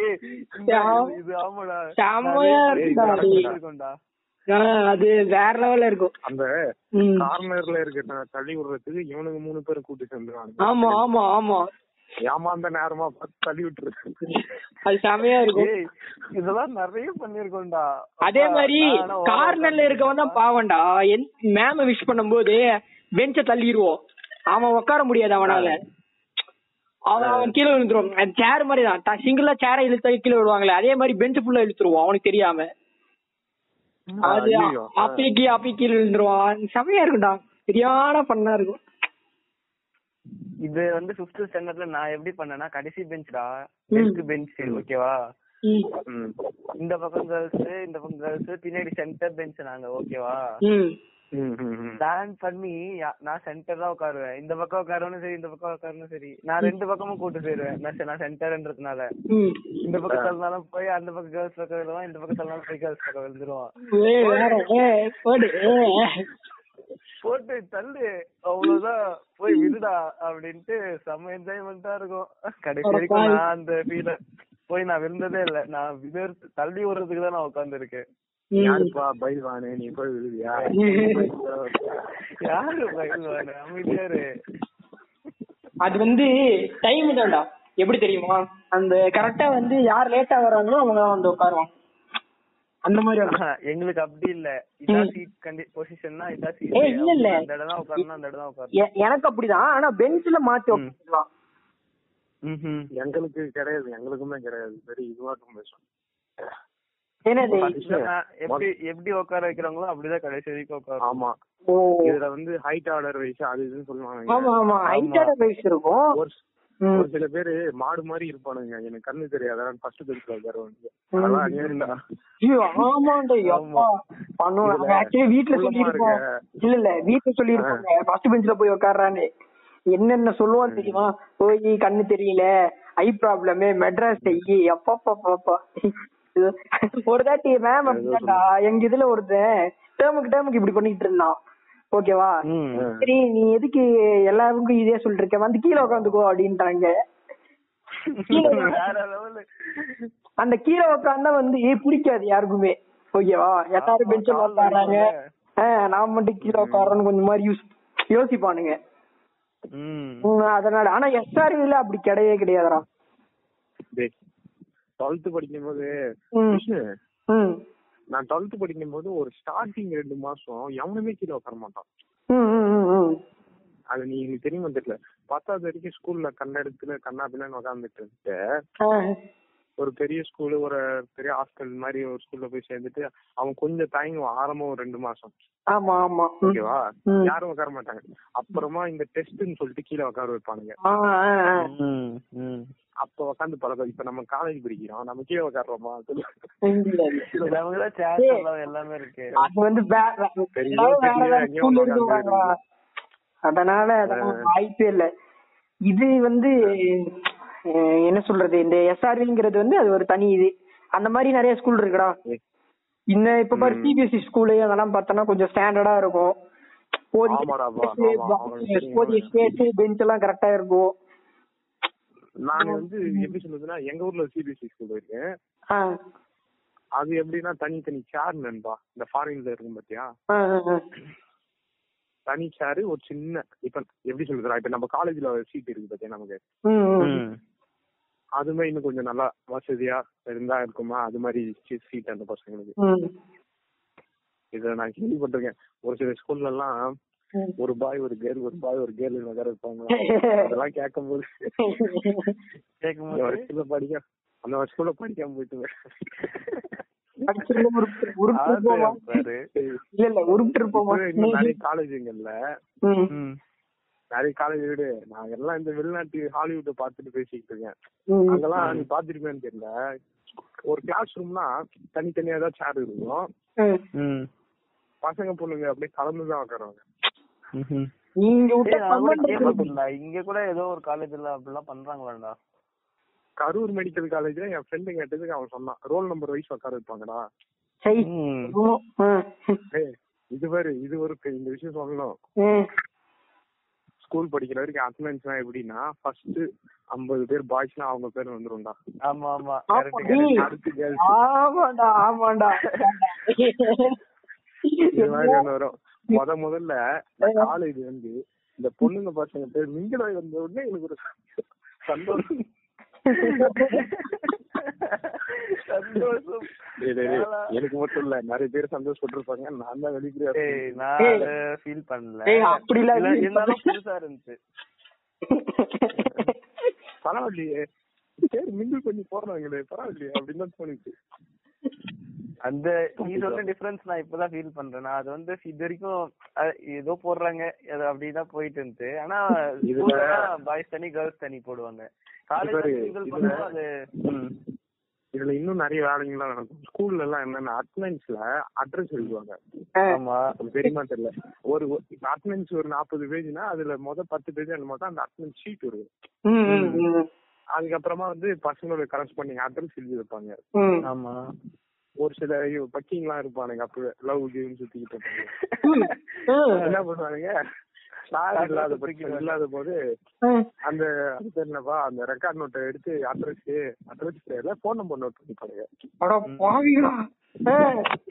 B: ஏய், இந்த-
C: செம-
B: இது ஆமாடா
C: செமையா
B: நிறைய
A: இருக்குடா
B: பேர்
A: டேய்.
B: இருக்கும்டா.
C: ஆஹ் அது வேற லெவல்ல இருக்கும்
A: அந்த
C: ம்.
A: கார்னர்ல இருக்கிற தள்ளி விடுறதுக்கு இவனுக்கு மூணு பேரும் கூட்டி சேர்ந்துருவாங்க
C: ஆமா ஆமா ஆமா
A: ஏமாந்த நேரமா பார்த்து தள்ளி விட்டுருக்கு
C: அது செமையா இருக்கும்
B: ஏய், இதெல்லாம் நிறைய பண்ணிருக்கோம்டா
C: அதே மாதிரி
B: நான் ஆனா ஓரமா
C: கார்னர்ல இருக்கவன் தான் பாவண்டா மேம விஷ் பண்ணும்போது பெஞ்ச தள்ளிடுவோம் அவன் உட்கார முடியாது அவனால அவன் அவன் கீழே விழுந்துருவான் சேர் மாதிரி தான் சிங்கிளா சேரை இழுத்து கீழே விடுவாங்களே அதே மாதிரி பெஞ்ச் ஃபுல்லா இழுத்துருவோம் அவனுக்கு தெரியாம அது
A: ஐயோ.
C: அப்படியே கீழே அப்படியே கீழே விழுந்துருவான் செமையா இருக்கும்டா சரியான பண்ணா இருக்கும்
B: இது வந்து பிப்த் ஸ்டாண்டர்ட்ல நான் எப்படி பண்ணேன்னா கடைசி பெஞ்ச்டா
C: ம்.
B: டென்த் பெஞ்ச் ஓகேவா
C: ம்.
A: ம்.
B: இந்த பக்கம் கேர்ள்ஸ் இந்த பக்கம் கேர்ள்ஸ் பின்னாடி சென்டர் பெஞ்ச் நாங்க ஓகேவா
C: ம்.
A: ம், ம், ம்.
B: பிளான் பண்ணி யா- நான் சென்டர் தான் உட்காருவேன் இந்த பக்கம் உட்காரணும் சரி இந்த பக்கம் உட்காரணும் சரி நான் ரெண்டு பக்கமும் கூட்டு போயிருவேன் நான் செ- நான் சென்டர்ன்றதுனால
C: ம்.
B: இந்த பக்கம் தள்ளினாலும் போய் அந்த பக்கம் கேர்ள்ஸ் பக்கம் விழுவான் இந்த பக்கம் தள்ளினாலும் போய் கேர்ள்ஸ் பக்கம் விழுந்துருவான்
C: ஏய், வேற, ஏய், போடு, ஏய்.
B: போட்டு தள்ளு அவ்வளவுதான் போய் விடுடா அப்படின்ட்டு செம்ம என்ஜாய்மெண்டா இருக்கும் கடைசி வரைக்கும்
C: அடப்பாவி.
B: நான் அந்த ஃபீல போய் நான் விழுந்ததே இல்ல நான் விழுந்து தள்ளி விடுறதுக்கு தான் நான் உட்கார்ந்து இருக்கேன்
C: ம்.
A: யாருப்பா பைல்வானு நீ போய் விழுவியா
B: யாரு பயப்படுவாரு அமைதியாரு
C: அது வந்து டைம் தான்டா எப்படி தெரியுமா அந்த கரெக்டா வந்து யார் லேட்டா வராங்களோ அவங்க தான் வந்து உட்காருவாங்க அந்த மாதிரி ஒரு-
B: ஆஹா, எங்களுக்கு அப்படி இல்ல இதான்
C: ம்.
B: சீட் கண்டி பொசிஷன்னா இதான்
C: ஏய்,
B: சீட்
C: இல்ல, இல்ல.
B: அந்த இடம் தான் உட்காரணும் அந்த இடம் தான் உட்காரணும்
C: எ- எனக்கு அப்படிதான் ஆனா பெஞ்ச்ல மாத்தி
B: ம்.
C: உட்காந்துருவான்
B: ம்ஹும்.
A: எங்களுக்கு கிடையாது எங்களுக்குமே கிடையாது சரி இதுவாட்டும் பேசும்
C: என்னது
B: இல்ல, நான் எப்படி எப்படி உட்கார வைக்கிறாங்களோ அப்படிதான் கடைசி வரைக்கும் உட்காரும்
A: ஆமா
C: ஓ
A: இதுல வந்து ஹைட் ஆர்டர் வைஸ் அது இதுன்னு
C: ஆமா
A: சொல்லுவாங்க
C: ஆமா ஹைட்டான வயசு இருக்கும்
A: ஒரு சி-
C: ம்.
A: ஒரு சில பேரு மாடு மாதிரி இருப்பானுங்க எனக்கு கண்ணு தெரியாது அதான் ஃபர்ஸ்ட் பெஞ்ச்ல உட்காருவாங்க அதெல்லாம் அநியாயம்டா.
C: ஐயோ, ஆமாண்டா எப்பா பண்ணுவோம்
A: இதுல
C: ஆக்சுவலி வீட்ல
A: குள்ளமா
C: சொல்லியிருக்கோம்
A: இருக்க.
C: இல்ல இல்ல வீட்ல சொல்லியிருக்கோம் ஃபர்ஸ்ட் பெஞ்ச்ல போய் உட்கார்றான்னு என்னென்ன சொல்லுவான் தெரியுமா போய் கண்ணு தெரியல ஐ ப்ராப்ளம் மெட்ராஸ் ஐயி அப்பா பாப்பா ஒரு தாட்டி மேம் அப்படிதான்டா எங்க இதுல ஒருத்தன் டேர்முக்கு டேர்முக்கு இப்படி பண்ணிட்டு இருந்தான் ஓகேவா
B: ம்.
C: சரி நீ எதுக்கு எல்லாருக்கும் இதே சொல்லிட்டு இருக்க வந்து கீழே உட்காந்துக்கோ அப்படின்ட்டாங்க கீழே
B: வேற level.
C: அந்த கீழே உட்காந்தா வந்து ஏ பிடிக்காது யாருக்குமே ஓகேவா எல்லாரும்
B: ஆமா,
C: பெஞ்சில்
B: கால்
C: உட்காடுறாங்க
B: வலிக்கும்ல.
C: நான் மட்டும் கீழே உட்காடுறேன்னு கொஞ்சம் மாதிரி யூஸ் யோசிப்பானுங்க
B: ம்.
C: உம், அதனால ஆனா எஸ்ஆர்வில அப்படி கிடையவே கிடையாதுடா
A: டேய், 12th படிக்கும் போது
C: ம்
A: விஷ்ணு,
C: ம்
A: நான் டுவெல்த் படிக்கும் போது ஒரு ஸ்டார்டிங் ரெண்டு மாசம் எவனுமே கீழே உட்கார மாட்டான்
C: ம், ம், ம், ம்.
A: அது நீ எனக்கு தெரியுமா தெரியல பத்தாவது வரைக்கும் ஸ்கூல்ல கண்ண இடத்துல கண்ணா பின்னான்னு உட்காந்துட்டு இருந்துட்டு
C: ஆ.
A: ஒரு பெரிய ஸ்கூல் ஒரு பெரிய ஹாஸ்டல் மாதிரி ஒரு ஸ்கூல்ல போய் சேர்ந்துட்டு அவன் கொஞ்சம் தயங்குவான் ஆரம்பம் ஒரு ரெண்டு மாசம்
C: ஆமா ஆமா ம்.
A: ஓகேவா
C: ம்.
A: யாரும் உட்கார மாட்டாங்க அப்புறமா இந்த டெஸ்ட்னு சொல்லிட்டு கீழே உட்கார வைப்பானுங்க
C: ஆ, ஆ, ஆ.
B: ம். ம்.
A: அப்ப உட்காந்து பழக்கம் இப்ப நம்ம காலேஜ் படிக்கிறோம் நம்ம கீழே உட்காடுறோமா
C: இல்ல, இல்ல.
B: நமக்குதான் chairs
C: ஏய்.
B: எல்லாம் எல்லாமே இருக்கு
C: அது வந்து வே- வே-
A: பெரிய
C: எல்லாரும் வேற
A: பெரிய
C: வேற
A: அங்கேயும்
C: school
A: உட்கார்ந்து
C: இருந்துருவாங்களா? அதனால அதெல்லாம்
A: ஆ.
C: வாய்ப்பே இல்ல இது வந்து அஹ், என்ன சொல்றது இந்த எஸ்ஆர்விங்கிறது வந்து அது ஒரு தனி இது அந்த மாதிரி நிறைய ஸ்கூல் இருக்குடா இன்னும் இப்ப பாரு
A: ம்.
C: சிபிஎஸ்சி ஸ்கூலு அதெல்லாம் பார்த்தோம்னா கொஞ்சம் ஸ்டாண்டர்டா இருக்கும் போதிய
A: ஆமாடா, ஆமா,
C: space,
A: ஆமா, ஆமா.
C: போதிய ஸ்பேஸ் பெஞ்ச் எல்லாம் கரெக்டா இருக்கும்
A: நான் வந்து எப்படி சொல்றதுன்னா எங்க ஊர்ல சிபிஎஸ்சி ஸ்கூல் இருக்கு
C: ஆ,
A: அது எப்படின்னா தனித்தனி சேர் நண்பா இந்த ஃபாரின்ல இருக்கும் பாத்தியா
C: ஆ, ஆ, ஆ.
A: தனி சேரு ஒரு சின்ன இப்ப எப்படி சொல்றதுன்னா இப்ப நம்ம காலேஜ்ல சீட் இருக்கு பாத்தியா நமக்கு
C: ம், ம்.
B: ம்.
A: அதுமே இன்னும் கொஞ்சம் நல்லா வசதியா இருந்தா இருக்குமா அது மாதிரி சீட் அந்த பசங்களுக்கு
C: ம்.
A: இத நான் கேள்விப்பட்டிருக்கேன் ஒரு சில ஸ்கூல்ல எல்லாம்
C: ம்.
A: ஒரு பாய் ஒரு கேர்ள் ஒரு பாய் ஒரு கேர்ள் உட்கார இருப்பாங்க அதெல்லாம் கேட்கும் போது அந்த
B: கேட்கும்போது
A: வருஷத்துல படிக்க அந்த வருஷத்துல படிக்காம போயிட்டு
C: படிச்சிருந்தா உருப்பிட்டு- உருப்பிட்டு இருப்போமா? இல்ல இல்ல உருப்பிட்டு இருப்போமா?
A: இன்னும் நிறைய காலேஜுங்கல்ல
C: ம்,
B: ம்.
A: நிறைய காலேஜ் விடு நான் எல்லாம் இந்த வெளிநாட்டு ஹாலிவுட்டை பார்த்துட்டு பேசிட்டு இருக்கேன்
C: ம்.
A: அங்கெல்லாம் நீ பாத்துருப்பேன்னு தெரியல ஒரு கிளாஸ் ரூம்னா தனித்தனியா ஏதாவது சேர் இருக்கும்
C: ம்.
B: ம்.
A: பசங்க பொண்ணுங்க அப்படியே கலந்துதான் உட்காருவாங்க
B: ம்ஹும்.
C: நீங்க விட்ட
B: ஏய், நான் கூட
C: comment இருக்கு.
B: கேள்விப்பட்டேன்டா. இங்க கூட ஏதோ ஒரு காலேஜ்ல அப்படிலாம் பண்றாங்களாடா
A: கரூர் மெடிக்கல் காலேஜ்ல என் ஃப்ரெண்டு கேட்டதுக்கு அவன் சொன்னான் ரோல் நம்பர் வைஸ் உட்கார வைப்பாங்கடா
C: சை.
B: ம்.
C: ஆமா. ம்.
A: ஏய், இது பாரு இது ஒரு பெ- இந்த விஷயம் சொல்லணும்
C: ம்.
A: ஸ்கூல் படிக்கிற வரைக்கும் அட்டண்டன்ஸ் எல்லாம் எப்படின்னா ஃபர்ஸ்ட் ஐம்பது பேர் பாய்ஸ்னா அவங்க பேர் வந்துரும்டா
B: ஆமா ஆமா
C: ஆமா,
B: correct,
C: நீ.
B: correct.
A: அடுத்து கேர்ள்ஸ்
C: ஆமாண்டா ஆமாண்டா
A: இது மாதிரி ஒண்ணு வரும் முத முதல்ல காலேஜ் வந்து இந்த பொண்ணுங்க பசங்க பேர் மிங்கில் ஆகி வந்த உடனே எனக்கு ஒரு சந்தோஷம்
B: சந்தோஷம்.
A: டேய், டேய், டேய், எனக்கு மட்டும் இல்ல நிறைய பேர் சந்தோஷப்பட்டிருப்பாங்க நான் தான் வெளிப்படையா
B: ஏய்,
A: இருப்பேன்.
B: நான்
C: ஏய்.
B: அதை feel பண்ணல.
C: ஏய், அப்படிலாம்
B: இல்ல,
C: இல்ல.
B: இருந்தாலும் புதுசா இருந்துச்சு.
A: பரவாயில்லையே பேர் மிங்கிள் பண்ணி போடுறாங்களே பரவாயில்லையே அப்படின்னு தான் தோணுச்சு
B: அந்த நீ சொன்ன difference நான் இப்பதான் feel பண்றேன். நான் அது வந்து இது வரைக்கும், அஹ், ஏதோ போடுறாங்க, அது அப்படிதான் போயிட்டு இருந்துச்சு. ஆனா,
A: இதுல-
B: school ல தான் boys தனி, girls தனி போடுவாங்க. college
A: இதுல-
B: ல single
A: இதுல-
B: பண்ணும்போது அது, ம்,
A: இதுல இன்னும் நிறைய வேலைங்கெல்லாம் நடக்கும் ஸ்கூல்ல எல்லாம் என்னன்னா அட்டண்டன்ஸ்ல அட்ரஸ் எழுதுவாங்க
B: ஆமா.
A: அது தெரியுமா தெரியல ஒரு அட்டண்டன்ஸ் ஒரு நாற்பது பேஜ்னா அதுல மொத பத்து பேஜ் அந்த மொதல் அந்த அட்டண்டன்ஸ் ஷீட் வரும்
C: ம், ம், ம்,
A: அதுக்கப்புறமா வந்து பசங்களோட கரஸ்பாண்டிங் அட்ரஸ் எழுதி வைப்பாங்க
C: ம்.
B: ஆமா.
A: ஒரு சில பக்கிங் எல்லாம் இருப்பானுங்க அப்ப லவ் கேம் சுத்திக்கிட்டு இருப்பாங்க. என்ன பண்ணுவானுங்க ஸ்டார் இல்லாத பட்சம் இல்லாத போது
C: ம்.
A: அந்த அது பேர் என்னப்பா அந்த ரெக்கார்ட் நோட்டை எடுத்து அட்ரஸ் அட்ரஸ் பேர்ல போன் நம்பர் நோட் பண்ணிப்பானுங்க
C: அட பாவிகளா. ஆ,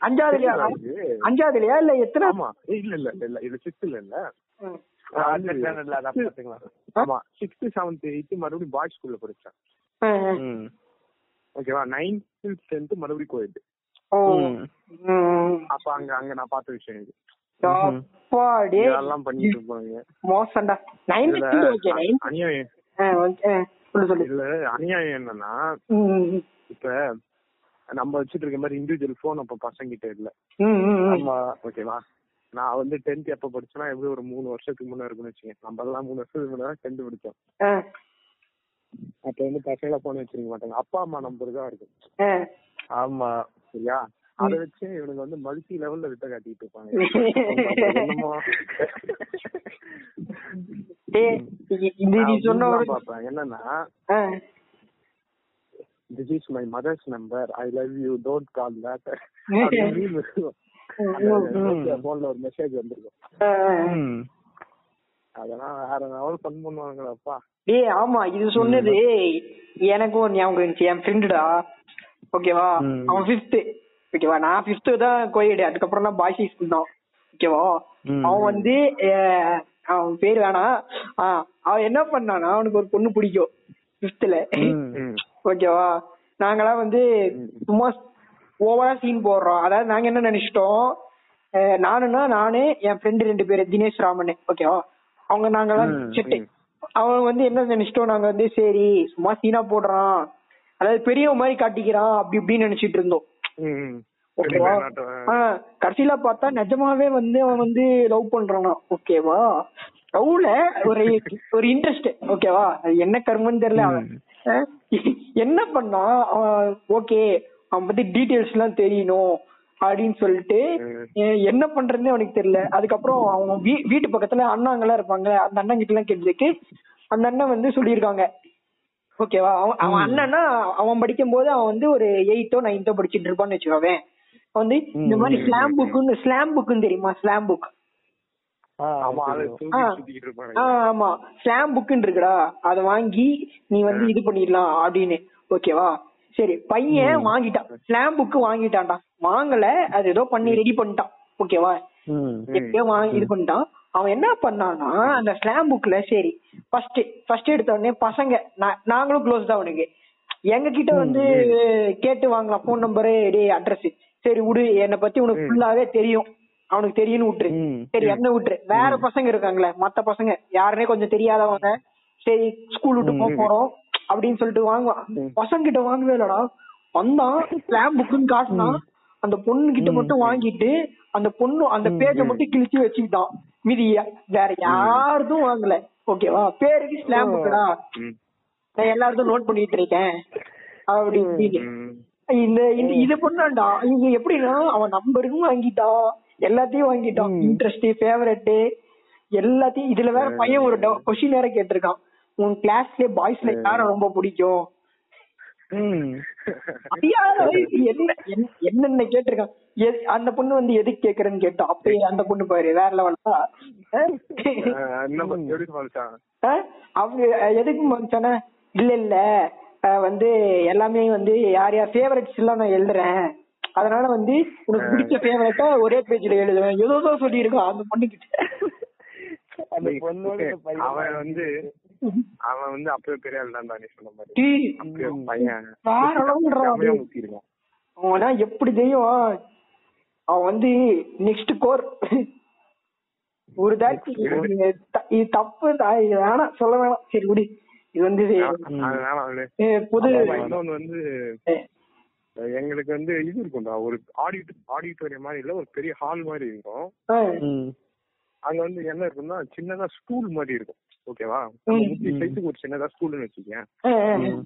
C: அஞ்சாவதுலயா அஞ்சாவதுலயா இல்ல எத்தனை
A: ஆமா ஏய், இல்ல இல்ல இல்ல இது சிக்ஸ்த்ல இல்ல
C: ம்.
A: நான்
B: அந்த
A: வந்து
B: standard ல அதான் பாத்துக்கலாம்.
A: ஆமா சிக்ஸ்த் செவன்த் எயித்து மறுபடியும் பாய்ஸ் ஸ்கூல்ல படிச்சேன்
C: ஆ,
B: ம்.
A: ஓகேவா நைன்த் டென்த் மறுபடியும் கோயில்
C: ஓ
B: ம்.
C: ம்.
A: அப்ப அங்க அங்க நான் பார்த்த விஷயம் இது
C: அப்பா, டேய்.
A: இதெல்லாம் பண்ணிட்டு இருப்பாங்க
C: மோசம்டா நைன்த்
A: இதுல
C: ஓகே நைன்த்
A: அநியாயம்
C: ஓகே சொல்லு சொல்லு
A: இதுல அநியாயம் என்னன்னா
C: ம்,
A: இப்ப நம்ம வச்சிட்டு இருக்க மாதிரி இண்டிவிஜுவல் போன் அப்ப பசங்க கிட்ட இல்ல
C: ம், ம், ம்.
B: ஆமா.
A: ஓகேவா நான் வந்து டென்த் எப்ப படிச்சேன்னா எப்படி ஒரு மூணு வருஷத்துக்கு முன்ன இருக்கும்னு வச்சுக்கேன் நம்ம எல்லாம் மூணு வருஷத்துக்கு முன்னாடி டென்த் படிச்சோம்
C: ஆ,
A: அப்ப வந்து பசங்கள போன் வச்சிருக்க மாட்டாங்க அப்பா அம்மா நம்பர் தான் இருக்கும்
C: ஆ.
B: ஆமா.
A: சரியா அத வச்சு இவனுக்கு வந்து மல்டி லெவல்ல விட்ட காட்டிட்டு இருப்பாங்க அவங்க அப்ப
C: [laughs]
A: என்னமோ
C: டேய், இ- இது நீ
A: நான்
C: சொன்ன
A: இன்னும்
C: ஒரு
A: பாப்பேன். என்னன்னா
C: ஆ.
A: This is my mother's number I love you don't call [laughs] that
C: [laughs]
A: போன்ல ஒரு மெசேஜ் வந்திருக்கும்
C: ஆ, ஆ.
B: ம்.
A: அதெல்லாம் வேற லெவல் ஃபன் பண்ணுவாங்களப்பா
C: டேய் ஆமா இது சொன்னது எனக்கும் ஒரு ஞாபகம் இருந்துச்சு என் ஃப்ரெண்டுடா ஓகேவா
B: ம்.
C: அவன் ஃபிஃப்த் ஓகேவா நான் ஃபிஃப்த் தான் கோயடு அதுக்கப்புறம் தான் பாய்ஸ் ஸ்கூல் தான் ஓகேவா
B: ம்.
C: அவன் வந்து அஹ், அவன் பேர் வேணாம் ஆ, அவன் என்ன பண்ணானா அவனுக்கு ஒரு பொண்ணு பிடிக்கும் ஃபிஃப்த்ல
B: ம்.
C: ஓகேவா நாங்களாம் வந்து சும்மா ஓவரா சீன் போடுறோம் அதாவது நாங்க என்ன நினைச்சிட்டோம் அஹ் நானுன்னா நானு என் ஃப்ரெண்டு ரெண்டு பேரு தினேஷ் ராமன் ஓகேவா அவங்க நாங்கெல்லாம் செட்டு அவன் வந்து என்ன நினைச்சிட்டோம் நாங்க வந்து சரி சும்மா சீனா போடுறான் அதாவது பெரியவன் மாதிரி காட்டிக்கிறான் அப்படி இப்படின்னு நினைச்சிட்டு இருந்தோம்
A: ம்.
C: ஓகேவா
A: பெரிய நாட்டம்.
C: ஆ, கடைசியில பார்த்தா நிஜமாவே வந்து அவன் வந்து லவ் பண்றானா ஓகேவா லவ்ல ஒரு ஒரு இன்ட்ரெஸ்ட் ஓகேவா அது என்ன கர்மன்னு தெரியல அவன் ஆ, என்ன பண்ணா ஓகே அவன் பத்தி டீடைல்ஸ் எல்லாம் தெரியணும் அப்படின்னு சொல்லிட்டு ஏ, என்ன பண்றதுன்னு அவனுக்கு தெரியல அதுக்கப்புறம் அவன் வீ- வீட்டு பக்கத்துல அண்ணாங்கெல்லாம் இருப்பாங்க அந்த அண்ணன் கிட்ட எல்லாம் கேட்டதுக்கு அந்த அண்ணன் வந்து சொல்லியிருக்காங்க ஓகேவா அவன் அவன் அண்ணன்னா அவன் படிக்கும் போது அவன் வந்து ஒரு எயித்தோ நைன்த்தோ படிச்சிட்டு இருப்பான்னு வச்சுக்கோவேன் அவன் வந்து இந்த மாதிரி ஸ்லாம் புக்குன்னு ஸ்லாம் புக்குன்னு தெரியுமா ஸ்லாம் புக்
B: ஆ,
A: ஆமா, அதை
B: தெரியும்.
A: தூக்கி
C: ஆ.
A: சுத்திக்கிட்டு
C: ஆ
A: இருப்பானுங்க.
C: ஆமா ஸ்லாம் புக்குன்னு இருக்குடா அதை வாங்கி நீ வந்து இது பண்ணிடலாம் அப்படின்னு ஓகேவா சரி பையன் வாங்கிட்டான் ஸ்லாம் புக்கு வாங்கிட்டான்டா வாங்கல அது ஏதோ பண்ணி ரெடி பண்ணிட்டான் ஓகேவா
B: ம்.
C: எப்படியோ வாங்கி இது பண்ணிட்டான் அவன் என்ன பண்ணான்னா அந்த ஸ்லாம் புக்ல சரி ஃபர்ஸ்ட் ஃபர்ஸ்ட் எடுத்த உடனே பசங்க நா- நாங்களும் க்ளோஸ் தான் அவனுக்கு எங்க கிட்ட வந்து கேட்டு வாங்கலாம் ஃபோன் நம்பரு டே அட்ரஸ் சரி விடு என்னை பத்தி உனக்கு ஃபுல்லாவே தெரியும் அவனுக்கு தெரியும்னு விட்டுரு
B: ம்.
C: சரி என்ன விட்டுரு வேற பசங்க இருக்காங்களே மத்த பசங்க யாருன்னே கொஞ்சம் தெரியாதவங்க சரி ஸ்கூல் விட்டு போக போறோம் அப்படின்னு சொல்லிட்டு வாங்குவான் பசங்க கிட்ட வாங்கவே இல்லடா வந்தான் ஸ்லாம் புக்குன்னு காட்டினா அந்த பொண்ணு கிட்ட மட்டும் வாங்கிட்டு அந்த பொண்ணு அந்த பேஜ மட்டும் கிழிச்சு வச்சுக்கிட்டான் மீதி வேற யாருதும் வாங்கல ஓகேவா பேருக்கு ஸ்லாம் புக்குடா
A: ம்.
C: நான் எல்லாருக்கும் நோட் பண்ணிட்டு இருக்கேன் அப்படி இப்படின்னு.
A: ம்.
C: இந்த இந்த இது பண்ணான்டா இங்க எப்படின்னா அவன் நம்பருக்கும் வாங்கிட்டான் எல்லாத்தையும் வாங்கிட்டான் இன்ட்ரெஸ்ட் ஃபேவரட் எல்லாத்தையும் இதுல வேற பையன் ஒரு கொஸ்டின் வேற கேட்டிருக்கான் உன் கிளாஸ்ல பாய்ஸ்ல யாரை ரொம்ப பிடிக்கும்
B: ம்.
C: அது யாரு? இது என்ன என்ன- என்னென்ன கேட்டிருக்கான் எது- அந்த பொண்ணு வந்து எதுக்கு கேக்குறேன்னு கேட்டா அப்பயே அந்த பொண்ணு பாரு வேற லெவலா
A: அஹ் என்ன ப- எப்படி சமாளிச்சான்
C: அவங்க எதுக்கு மனுச்சானா இல்ல இல்ல அஹ் வந்து எல்லாமே வந்து யார் யார் ஃபேவரட்ஸ் எல்லாம் நான் எழுதுறேன் அதனால வந்து உனக்கு பிடிச்ச ஃபேவரட்டா ஒரே பேஜ்ல எழுதுவேன் ஏதோ ஏதோ சொல்லியிருக்கான் அந்த பொண்ணுகிட்ட
B: அந்த பொண்ணோட இந்த பையன்
A: அவன் வந்து அவன் வந்து அப்பவே பெரிய ஆள் தான் நீ சொன்ன மாதிரி
C: டீ,
A: அப்பவே பையன்
C: வேற அளவுன்றா
A: செம்மையா முக்கிருக்கான்
C: அவனா எப்படி தெரியும் அவன் வந்து நெக்ஸ்ட் கோர் ஒரு தாட்டி இது த- இது தப்பு தா- இது வேணாம் சொல்ல வேணாம் சரி விடு இது வந்து இது,
A: அதனால அவனு
C: அஹ், புது
A: அப்புறம் இன்னொன்னு வந்து அஹ் எங்களுக்கு வந்து இது இருக்கும்டா ஒரு ஆடிட் ஆடிட்டோரியம் மாதிரி இல்ல ஒரு பெரிய ஹால் மாதிரி இருக்கும்
C: அஹ்,
B: ம்.
A: அங்க வந்து என்ன இருக்கும்னா சின்னதா ஸ்கூல் மாதிரி இருக்கும் ஓகேவா முப்பத்தி சைஸுக்கு ஒரு சின்னதா ஸ்கூல்னு வச்சுக்கேன்
C: அஹ்,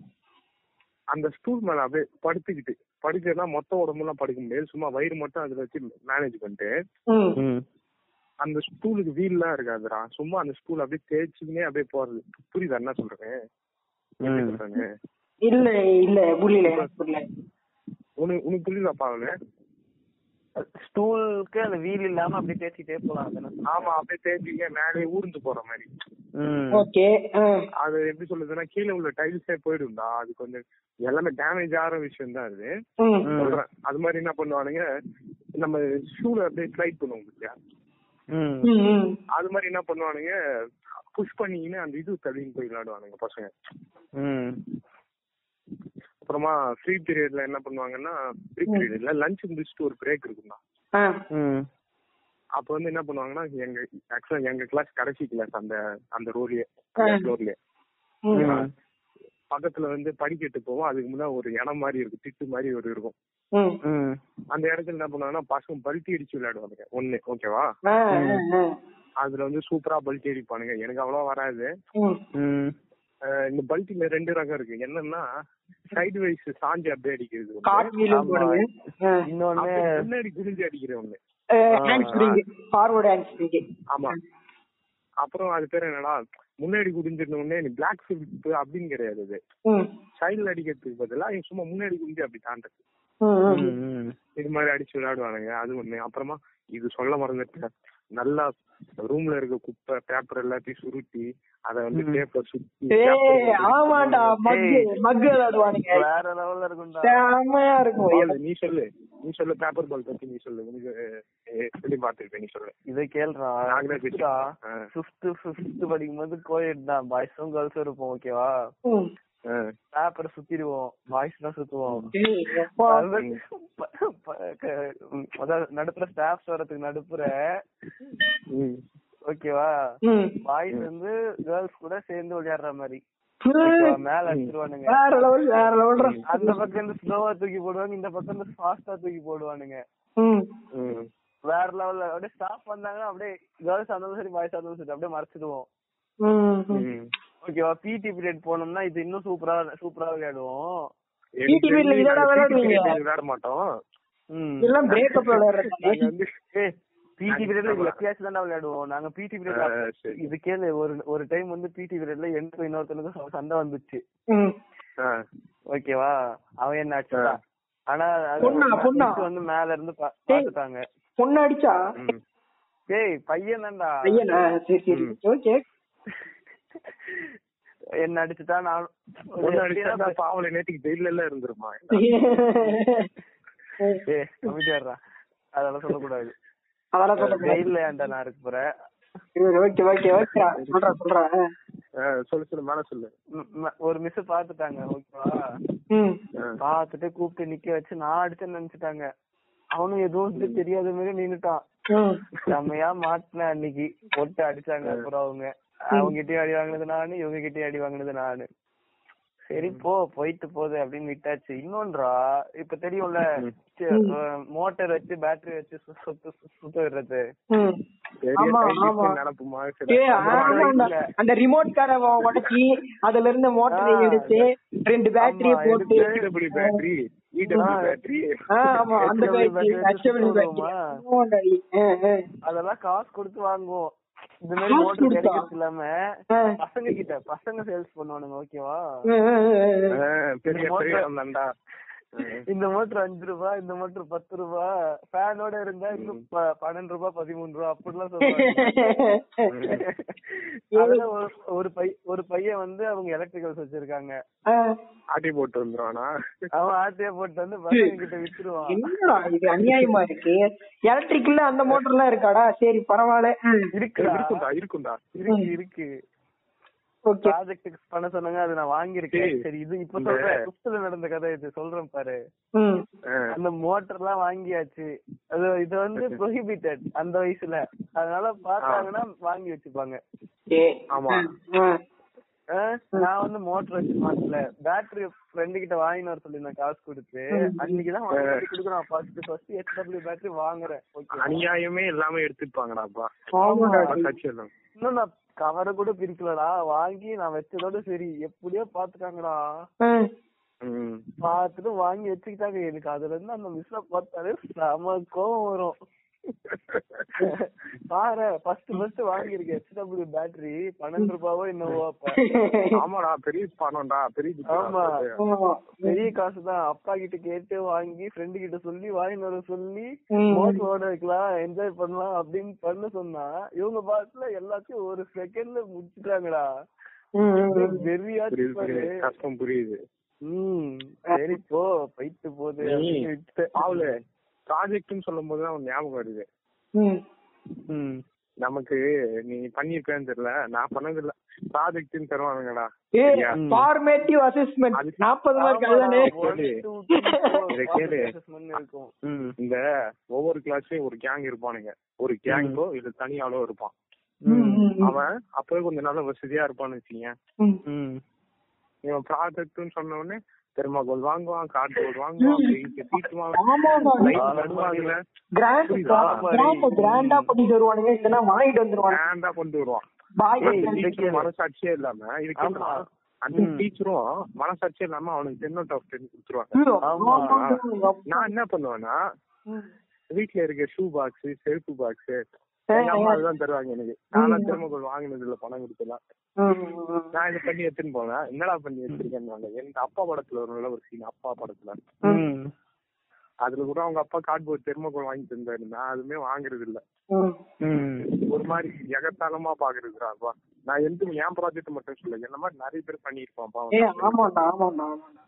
A: அந்த ஸ்டூல் மேல அப்படியே படுத்துக்கிட்டு படுக்கிறதுனா மொத்த உடம்புலாம் படுக்க முடியாது சும்மா வயிறு மட்டும் அதுல வச்சு மேனேஜ் பண்ணிட்டு
C: ம்,
B: ம்.
A: அந்த ஸ்டூலுக்கு வீல்லாம் இருக்காதுடா சும்மா அந்த ஸ்டூல் அப்படியே தேய்ச்சிக்கினே அப்படியே போறது புரியுதா என்ன சொல்றேன்
B: ம்.
A: சொல்றேன்னு
C: இல்ல இல்ல புரியல எனக்கு புரியல
A: உனக்கு உனக்கு புரியுதாப்பா அவனு
B: ஸ்டூலுக்கு அந்த வீல் இல்லாம அப்படியே பேசிட்டே போலாம் அதெல்லாம்.
A: ஆமா அப்படியே தேய்ச்சிக்க மேலே ஊர்ந்து போற மாதிரி
B: ம்.
C: ஓகே
A: அது எப்படி சொல்றதுன்னா கீழே உள்ள டைல்ஸே போயிடும்டா அது கொஞ்சம் எல்லாமே டேமேஜ் ஆகிற விஷயம் தான் அது சொல்றேன் அது மாதிரி என்ன பண்ணுவானுங்க நம்ம ஷூல அப்படியே ஸ்லைட் பண்ணுவோம் பாத்தியா?
B: ம்.
A: அது மாதிரி என்ன பண்ணுவானுங்க புஷ் பண்ணிக்கின்னு அந்த இது தள்ளின்னு போய் விளையாடுவானுங்க பசங்க
B: ம்.
A: அப்புறமா ஃப்ரீ பீரியட்ல என்ன பண்ணுவாங்கன்னா ஃப்ரீ பீரியட்ல லஞ்ச் முடிச்சுட்டு ஒரு பிரேக் இருக்கும்டா
B: ம்.
A: அப்ப வந்து என்ன பண்ணுவாங்கன்னா எங்க ஆக்சுவலா எங்க கிளாஸ் கடைசி கிளாஸ் அந்த அந்த ரோலயே ஃப்ளோர்லயே
B: ம்.
A: பக்கத்துல வந்து படிக்கட்டு போவோம் அதுக்கு முன்னாடி ஒரு இடம் மாதிரி இருக்கும் திட்டு மாதிரி ஒரு இருக்கும்
B: ம்.
A: அந்த இடத்துல என்ன பண்ணுவாங்கன்னா பசங்க பல்ட்டி அடிச்சு விளையாடுவாங்க ஒண்ணு ஓகேவா அதுல வந்து சூப்பரா பல்ட்டி அடிப்பானுங்க எனக்கு அவ்வளவா வராது
B: ம்.
A: அஹ் இந்த பல்ட்டில ரெண்டு ரகம் இருக்கு என்னன்னா சைடு வைஸ் சாஞ்சி அப்படியே அடிக்கிறது ஒண்ணு.
C: கார்வீலும் போடுங்க
B: இன்னொன்னு
A: அப்படியே பின்னாடி குடிஞ்சு அடிக்கிற ஒண்ணு
C: handspring forward handspring
A: ஆமா அப்புறம் அது பேர் என்னடா முன்னாடி குடிஞ்சிருந்த உடனே நீ பிளாக் ஃபிலிப் அப்படின்னு கிடையாது அது
C: ம்
A: சைடுல அடிக்கிறதுக்கு பதிலா இவன் சும்மா முன்னாடி குடிஞ்சு அப்படி தாண்டது
C: ம் ம்.
B: ம்.
A: இது மாதிரி அடிச்சு விளையாடுவானுங்க அது ஒண்ணு அப்புறமா இது சொல்ல மறந்துட்டேன் நல்லா ரூம்ல இருக்க குப்பை பேப்பர் எல்லாத்தையும் சுருட்டி அத வந்து பேப்பர் சுத்தி paper
C: ஏய்
A: ல
C: ஆமாண்டா மக்கு மக்கு விளையாடுவானுங்க
B: வேற லெவல்ல இருக்கும்டா
C: செமையா இருக்கும்
A: பால் நீ சொல்லு நீ சொல்லு பேப்பர் பால் பத்தி நீ சொல்லு உனக்கு அஹ், அஹ், எப்படி பார்த்திருப்ப நீ சொல்லு
B: இதை கேள்றா
A: நாங்களே பேசிட்டா
B: ஃபிஃப்த் ஃபிஃப்த் படிக்கும்போது கோயட் தான் பாய்ஸும் கேர்ள்ஸும் இருப்போம் ஓகேவா
C: ம்.
B: பேப்பர் சுத்திடுவோம் பாய்ஸ் தான் சுத்துவோம்
C: ஏய், எப்பா.
B: அதாவது ப- ப- க- உம், அதாவது நடுப்புற ஸ்டாஃப்ஸ் வரதுக்கு நடுப்புற ஓகேவா
C: ம்.
B: பாய்ஸ் வந்து கேர்ள்ஸ் கூட சேர்ந்து விளையாடுற மாதிரி
C: ஏய்,
B: ஓகேவா? மேல அடிச்சிருவானுங்க
C: வேற லெவல் வேற லெவல்ரா
B: அந்த பக்கம் இருந்து ஸ்லோவா தூக்கி போடுவாங்க இந்த பக்கம் இருந்து ஃபாஸ்டா தூக்கி போடுவானுங்க
C: ம்
B: வேற லெவல்ல அப்படியே ஸ்டாஃப் வந்தாங்கன்னா அப்படியே கேர்ள்ஸ் இருந்தாலும் சரி பாய்ஸ் இருந்தாலும் சரி அப்படியே மறைச்சிடுவோம்
C: ம் ம்.
B: ஓகேவா பிடி பீரியட் போனோம்னா இது இன்னும் சூப்பரா சூப்பரா விளையாடுவோம்
A: எனக்கு
C: PTV ல
A: தெரிஞ்சு நாங்க
C: இதோட விளையாடுவீங்க.
A: PTV ல விளையாட மாட்டோம்
B: ம்.
C: எல்லாம் பிரேக்கப்
A: நாங்க
C: விளையாடுறாங்க
A: வந்து
B: ஏய் பிடி பீரியட்ல இது எப்பயாச்சும் தான் விளையாடுவோம் நாங்க பிடி பீரியட்
A: அஹ், சரி.
B: இது கேளு ஒரு ஒரு டைம் வந்து பிடி பீரியட்ல எனக்கு இன்னொருத்தனுக்கும் ச- சண்டை வந்துச்சு
C: ம்.
A: அஹ்,
B: ஓகேவா அவன் என்ன அடிச்சா ஆனா அது
C: பொண்ணா, பொண்ணா?
B: miss வந்து மேல இருந்து பா-
C: டேய்.
B: பாத்துட்டாங்க
C: பொண்ணு அடிச்சா
A: ம்,
B: டேய் பையன் தான்டா
C: பையனா சரி சரி
A: ம்.
C: ஓகே
B: என்ன அடிச்சுட்டா நான்
A: பொண்ணு அடிச்சா தான் பாவல நேத்துக்கு ஜெயில எல்லாம் இருந்திருமா
B: ஏய் அமைதியாடுறா அதெல்லாம்
C: [laughs]
B: சொல்லக்கூடாது
C: அதெல்லாம் சொல்ல
B: ஜெயில ஏன்டா நான் இருக்க போறேன்
C: ஓகே ஓகே ஓகேடா சொல்றேன் சொல்றேன்
A: அஹ், சொல்லு சொல்லு மேல சொல்லு
B: ம், ம- ஒரு மிஸ் பாத்துட்டாங்க ஓகேவா
C: ம்
A: அஹ்,
B: பாத்துட்டு கூப்பிட்டு நிக்க வச்சு நான் அடிச்சேன்னு நினைச்சிட்டாங்க அவனும் எதுவும் இது தெரியாத மாதிரி நின்னுட்டான்
C: ம்.
B: செம்மையா மாட்டின அன்னைக்கு போட்டு அடிச்சாங்க அப்புறம் அவங்க அவங்க கிட்டயும் அடி வாங்கினது நானு இவங்க கிட்டயும் அடி வாங்கினது நானு சரி போ போயிட்டு போகுது அப்படின்னு விட்டாச்சு இன்னொன்றா இப்ப தெரியும்ல மோட்டார் வச்சு பேட்டரி வச்சு சு- சுத்து சு- சுத்த விடுறது
C: ம்.
A: பெரிய
C: ஆமா,
A: time
C: ஆமா.
A: machine நினப்புமா
C: ஏ,
A: சரி
C: ஆமாண்டா. அந்த ரிமோட் கார உடச்சி அதுல இருந்து மோட்டர் எடுத்து ரெண்டு பேட்டரிய
B: ஆமா,
C: போட்டு
A: EW பேட்டரி இடபிள்யூ பேட்டரி
C: ஆ, ஆமா அந்த
B: HW
C: பேட்டரி
B: battery
C: HW
B: வச்சு
C: battery.
B: போடுவோமா?
C: ஆமாண்டா. ஆ, ஆ.
B: அதெல்லாம் காசு கொடுத்து வாங்குவோம் இந்த மாதிரி
C: காசு
B: மோட்டர்
C: கொடுத்தா?
B: கிடைக்கிறது இல்லாம
C: ஆ,
B: பசங்க கிட்ட பசங்க சேல்ஸ் பண்ணுவானுங்க ஓகேவா
C: ஆ, ஆ, ஆ, ஆ.
A: பெரிய
B: இந்த
A: பெரிய
B: motor-
A: வந்தாண்டா
B: இந்த மோட்டர் அஞ்சு ரூபா இந்த மோட்டர் பத்து ரூபா ஃபேனோட இருந்தா இன்னும் ப- பன்னெண்டு ரூபா பதிமூணு ரூபா அப்படிலாம் சொல்லுவாங்க அதுல ஒரு- ஒரு பை ஒரு பையன் வந்து அவங்க எலக்ட்ரிக்கல்ஸ் வச்சிருக்காங்க
C: ஆ,
A: ஆட்டி போட்டு வந்துருவானா
B: அவன் ஆட்டைய போட்டு வந்து பசங்க கிட்ட வித்துருவான்
C: என்னடா இது அநியாயமா இருக்கு எலக்ட்ரிக்கல்ல அந்த மோட்டர் எல்லாம் இருக்காடா சரி பரவாயில்ல
B: இருக்குடா
A: இருக்கும்டா இருக்கும்டா
B: இருக்கு இருக்கு
C: ஓகே
B: ப்ராஜெக்ட் பண்ண சொன்னாங்க அது நான் வாங்கியிருக்கேன்
A: ஏய்,
B: சரி இது இப்ப
A: இந்த-
B: சொல்றேன் குப்துல நடந்த கதை இது சொல்றேன் பாரு
C: ம்
A: ஆ,
B: அந்த மோட்டர்லாம் வாங்கியாச்சு அது இது வந்து prohibited அந்த வயசுல அதனால பார்த்தாங்கன்னா வாங்கி வச்சுப்பாங்க
C: ஏய்.
A: ஆமா.
C: ஆ,
B: ஆ, நான் வந்து மோட்டர் வச்சு மாட்டல பேட்டரி ஃப்ரெண்டு கிட்ட வாங்கினு வர சொல்லி நான் காசு கொடுத்து அன்னைக்குதான் வாங்கி கொடுக்குறேன் ஃபர்ஸ்ட் ஃபர்ஸ்ட் எஸ்டபிள்யூ பேட்டரி வாங்குறேன் ஓகே
A: அநியாயமே எல்லாமே எடுத்துப்பாங்கடாப்பா
C: ஆமாடா டேய்.
A: கட்சியெல்லாம்
B: இன்னும் நான் கவரை கூட பிரிக்கலடா வாங்கி நான் வச்சதோட சரி எப்படியோ பாத்துட்டாங்கடா
C: ஆ.
B: [laughs]
A: ம்
B: பாத்துட்டு வாங்கி வச்சுக்கிட்டாங்க எனக்கு அதுல இருந்து அந்த மிஸ்ல பார்த்தாலே செம கோவம் வரும் பாரு ஃபர்ஸ்ட் ஃபர்ஸ்ட் வாங்கியிருக்கேன் எச்டபிள்யூ பேட்டரி பன்னெண்டு ரூபாவோ என்னவோ அப்ப
A: ஆமாடா பெரிய பணம்டா பெரிய துட்டுடா.
B: ஆமா.
C: ஆமா.
B: பெரிய காசு தான் அப்பா கிட்ட கேட்டு வாங்கி ஃப்ரெண்டு கிட்ட சொல்லி வாங்கிட்டு வர சொல்லி
C: ம்.
B: மோட்டர் ஓட வைக்கலாம் என்ஜாய் பண்ணலாம் அப்படின்னு பண்ண சொன்னா இவங்க பாட்டுல எல்லாத்தையும் ஒரு செகண்ட்ல முடிச்சுட்டாங்கடா
C: ம், ம், ம்.
B: வெறியாச்சு
A: புரியுது
B: பாரு.
A: புரியுது கஷ்டம் புரியுது
B: ம் சரி போ போயிட்டு போகுது
A: நீ
B: அப்படின்னு விட்டுட்டேன்.
A: பாவல ப்ராஜெக்ட்னு சொல்லும் போது தான் ஞாபகம் வருது
C: ம்.
B: ம்.
A: நமக்கு நீ பண்ணிருப்பேன்னு தெரியல நான் பண்ணது இல்ல ப்ராஜெக்ட்னு தருவானுங்கடா
C: ஏய்,
A: சரியா?
C: formative assessment.
A: அது-
C: 40 mark
B: ஆமாடா,
C: அதுதானே?
B: one, two, three, four,
A: இதை கேளு.
B: assessment னு இருக்கும். ம்.
A: இந்த ஒவ்வொரு கிளாஸ்லயும் ஒரு கேங் இருப்பானுங்க ஒரு கேங்கோ இல்ல தனியாளோ இருப்பான்
C: ம், ம், ம்.
A: அவன் அப்பவே கொஞ்ச நாள் வசதியா இருப்பான்னு வச்சுக்கேன்
C: ம்.
B: ம்.
A: இவன் ப்ராஜெக்ட்னு சொன்ன உடனே தெர்மாகோல் வாங்குவான் கார்ட்போர்ட்
B: [laughs]
A: வாங்குவான் பெயிண்ட் சீட்
C: ஆமாமா.
A: வாங்குவான் வருவாங்கல்ல
C: grand,
A: புரியுதா?
C: grand, grand ஆ பண்ணி தருவானுங்க இல்லைன்னா வாங்கிட்டு வந்துருவானுங்க.
A: grand ஆ கொண்டு வருவான்
C: பாய்
B: [laughs] ஏய்,
A: அந்த
B: இதுக்கு-
A: teacher மனசாட்சியே இல்லாம இதுக்கு
B: ஆமா.
A: என்ன? அந்த டீச்சரும் மனசாட்சியே இல்லாம அவனுக்கு டென் அவுட் ஆஃப் டென் கொடுத்துருவாங்க
C: ஐயோ,
B: ஆமா.
C: ஆமாமா.
A: நான் என்ன பண்ணுவேன்னா
C: ம்.
A: வீட்ல இருக்க ஷூ பாக்ஸ் செருப்பு பாக்ஸ்
C: சரி.
A: எங்க அம்மா அதுதான் தருவாங்க எனக்கு நான்லாம் திருமகள் வாங்கினது இல்ல பணம் கொடுத்தலாம்
C: ம், ம், ம்.
A: நான் இது பண்ணி எடுத்துன்னு போனேன் என்னடா பண்ணி எடுத்திருக்கேன்னு எனக்கு அப்பா படத்துல ஒரு நல்ல ஒரு சீன் அப்பா படத்துல
B: ம்.
A: அதுல கூட அவங்க அப்பா கார்ட்போர்ட் தெர்மோகோல் வாங்கி தந்தாரு நான் அதுமே வாங்குறது இல்ல
C: ம்.
B: ம்.
A: ஒரு மாதிரி எகத்தாளமா பாக்குறதுப்பா நான் எந்த என் ப்ராஜெக்ட் மட்டும் சொல்ல என்ன மாதிரி நிறைய பேர் பண்ணிருப்பான்ப்பா
C: ஏய், ஆமாண்டா, ஆமாண்டா, ஆமாண்டா.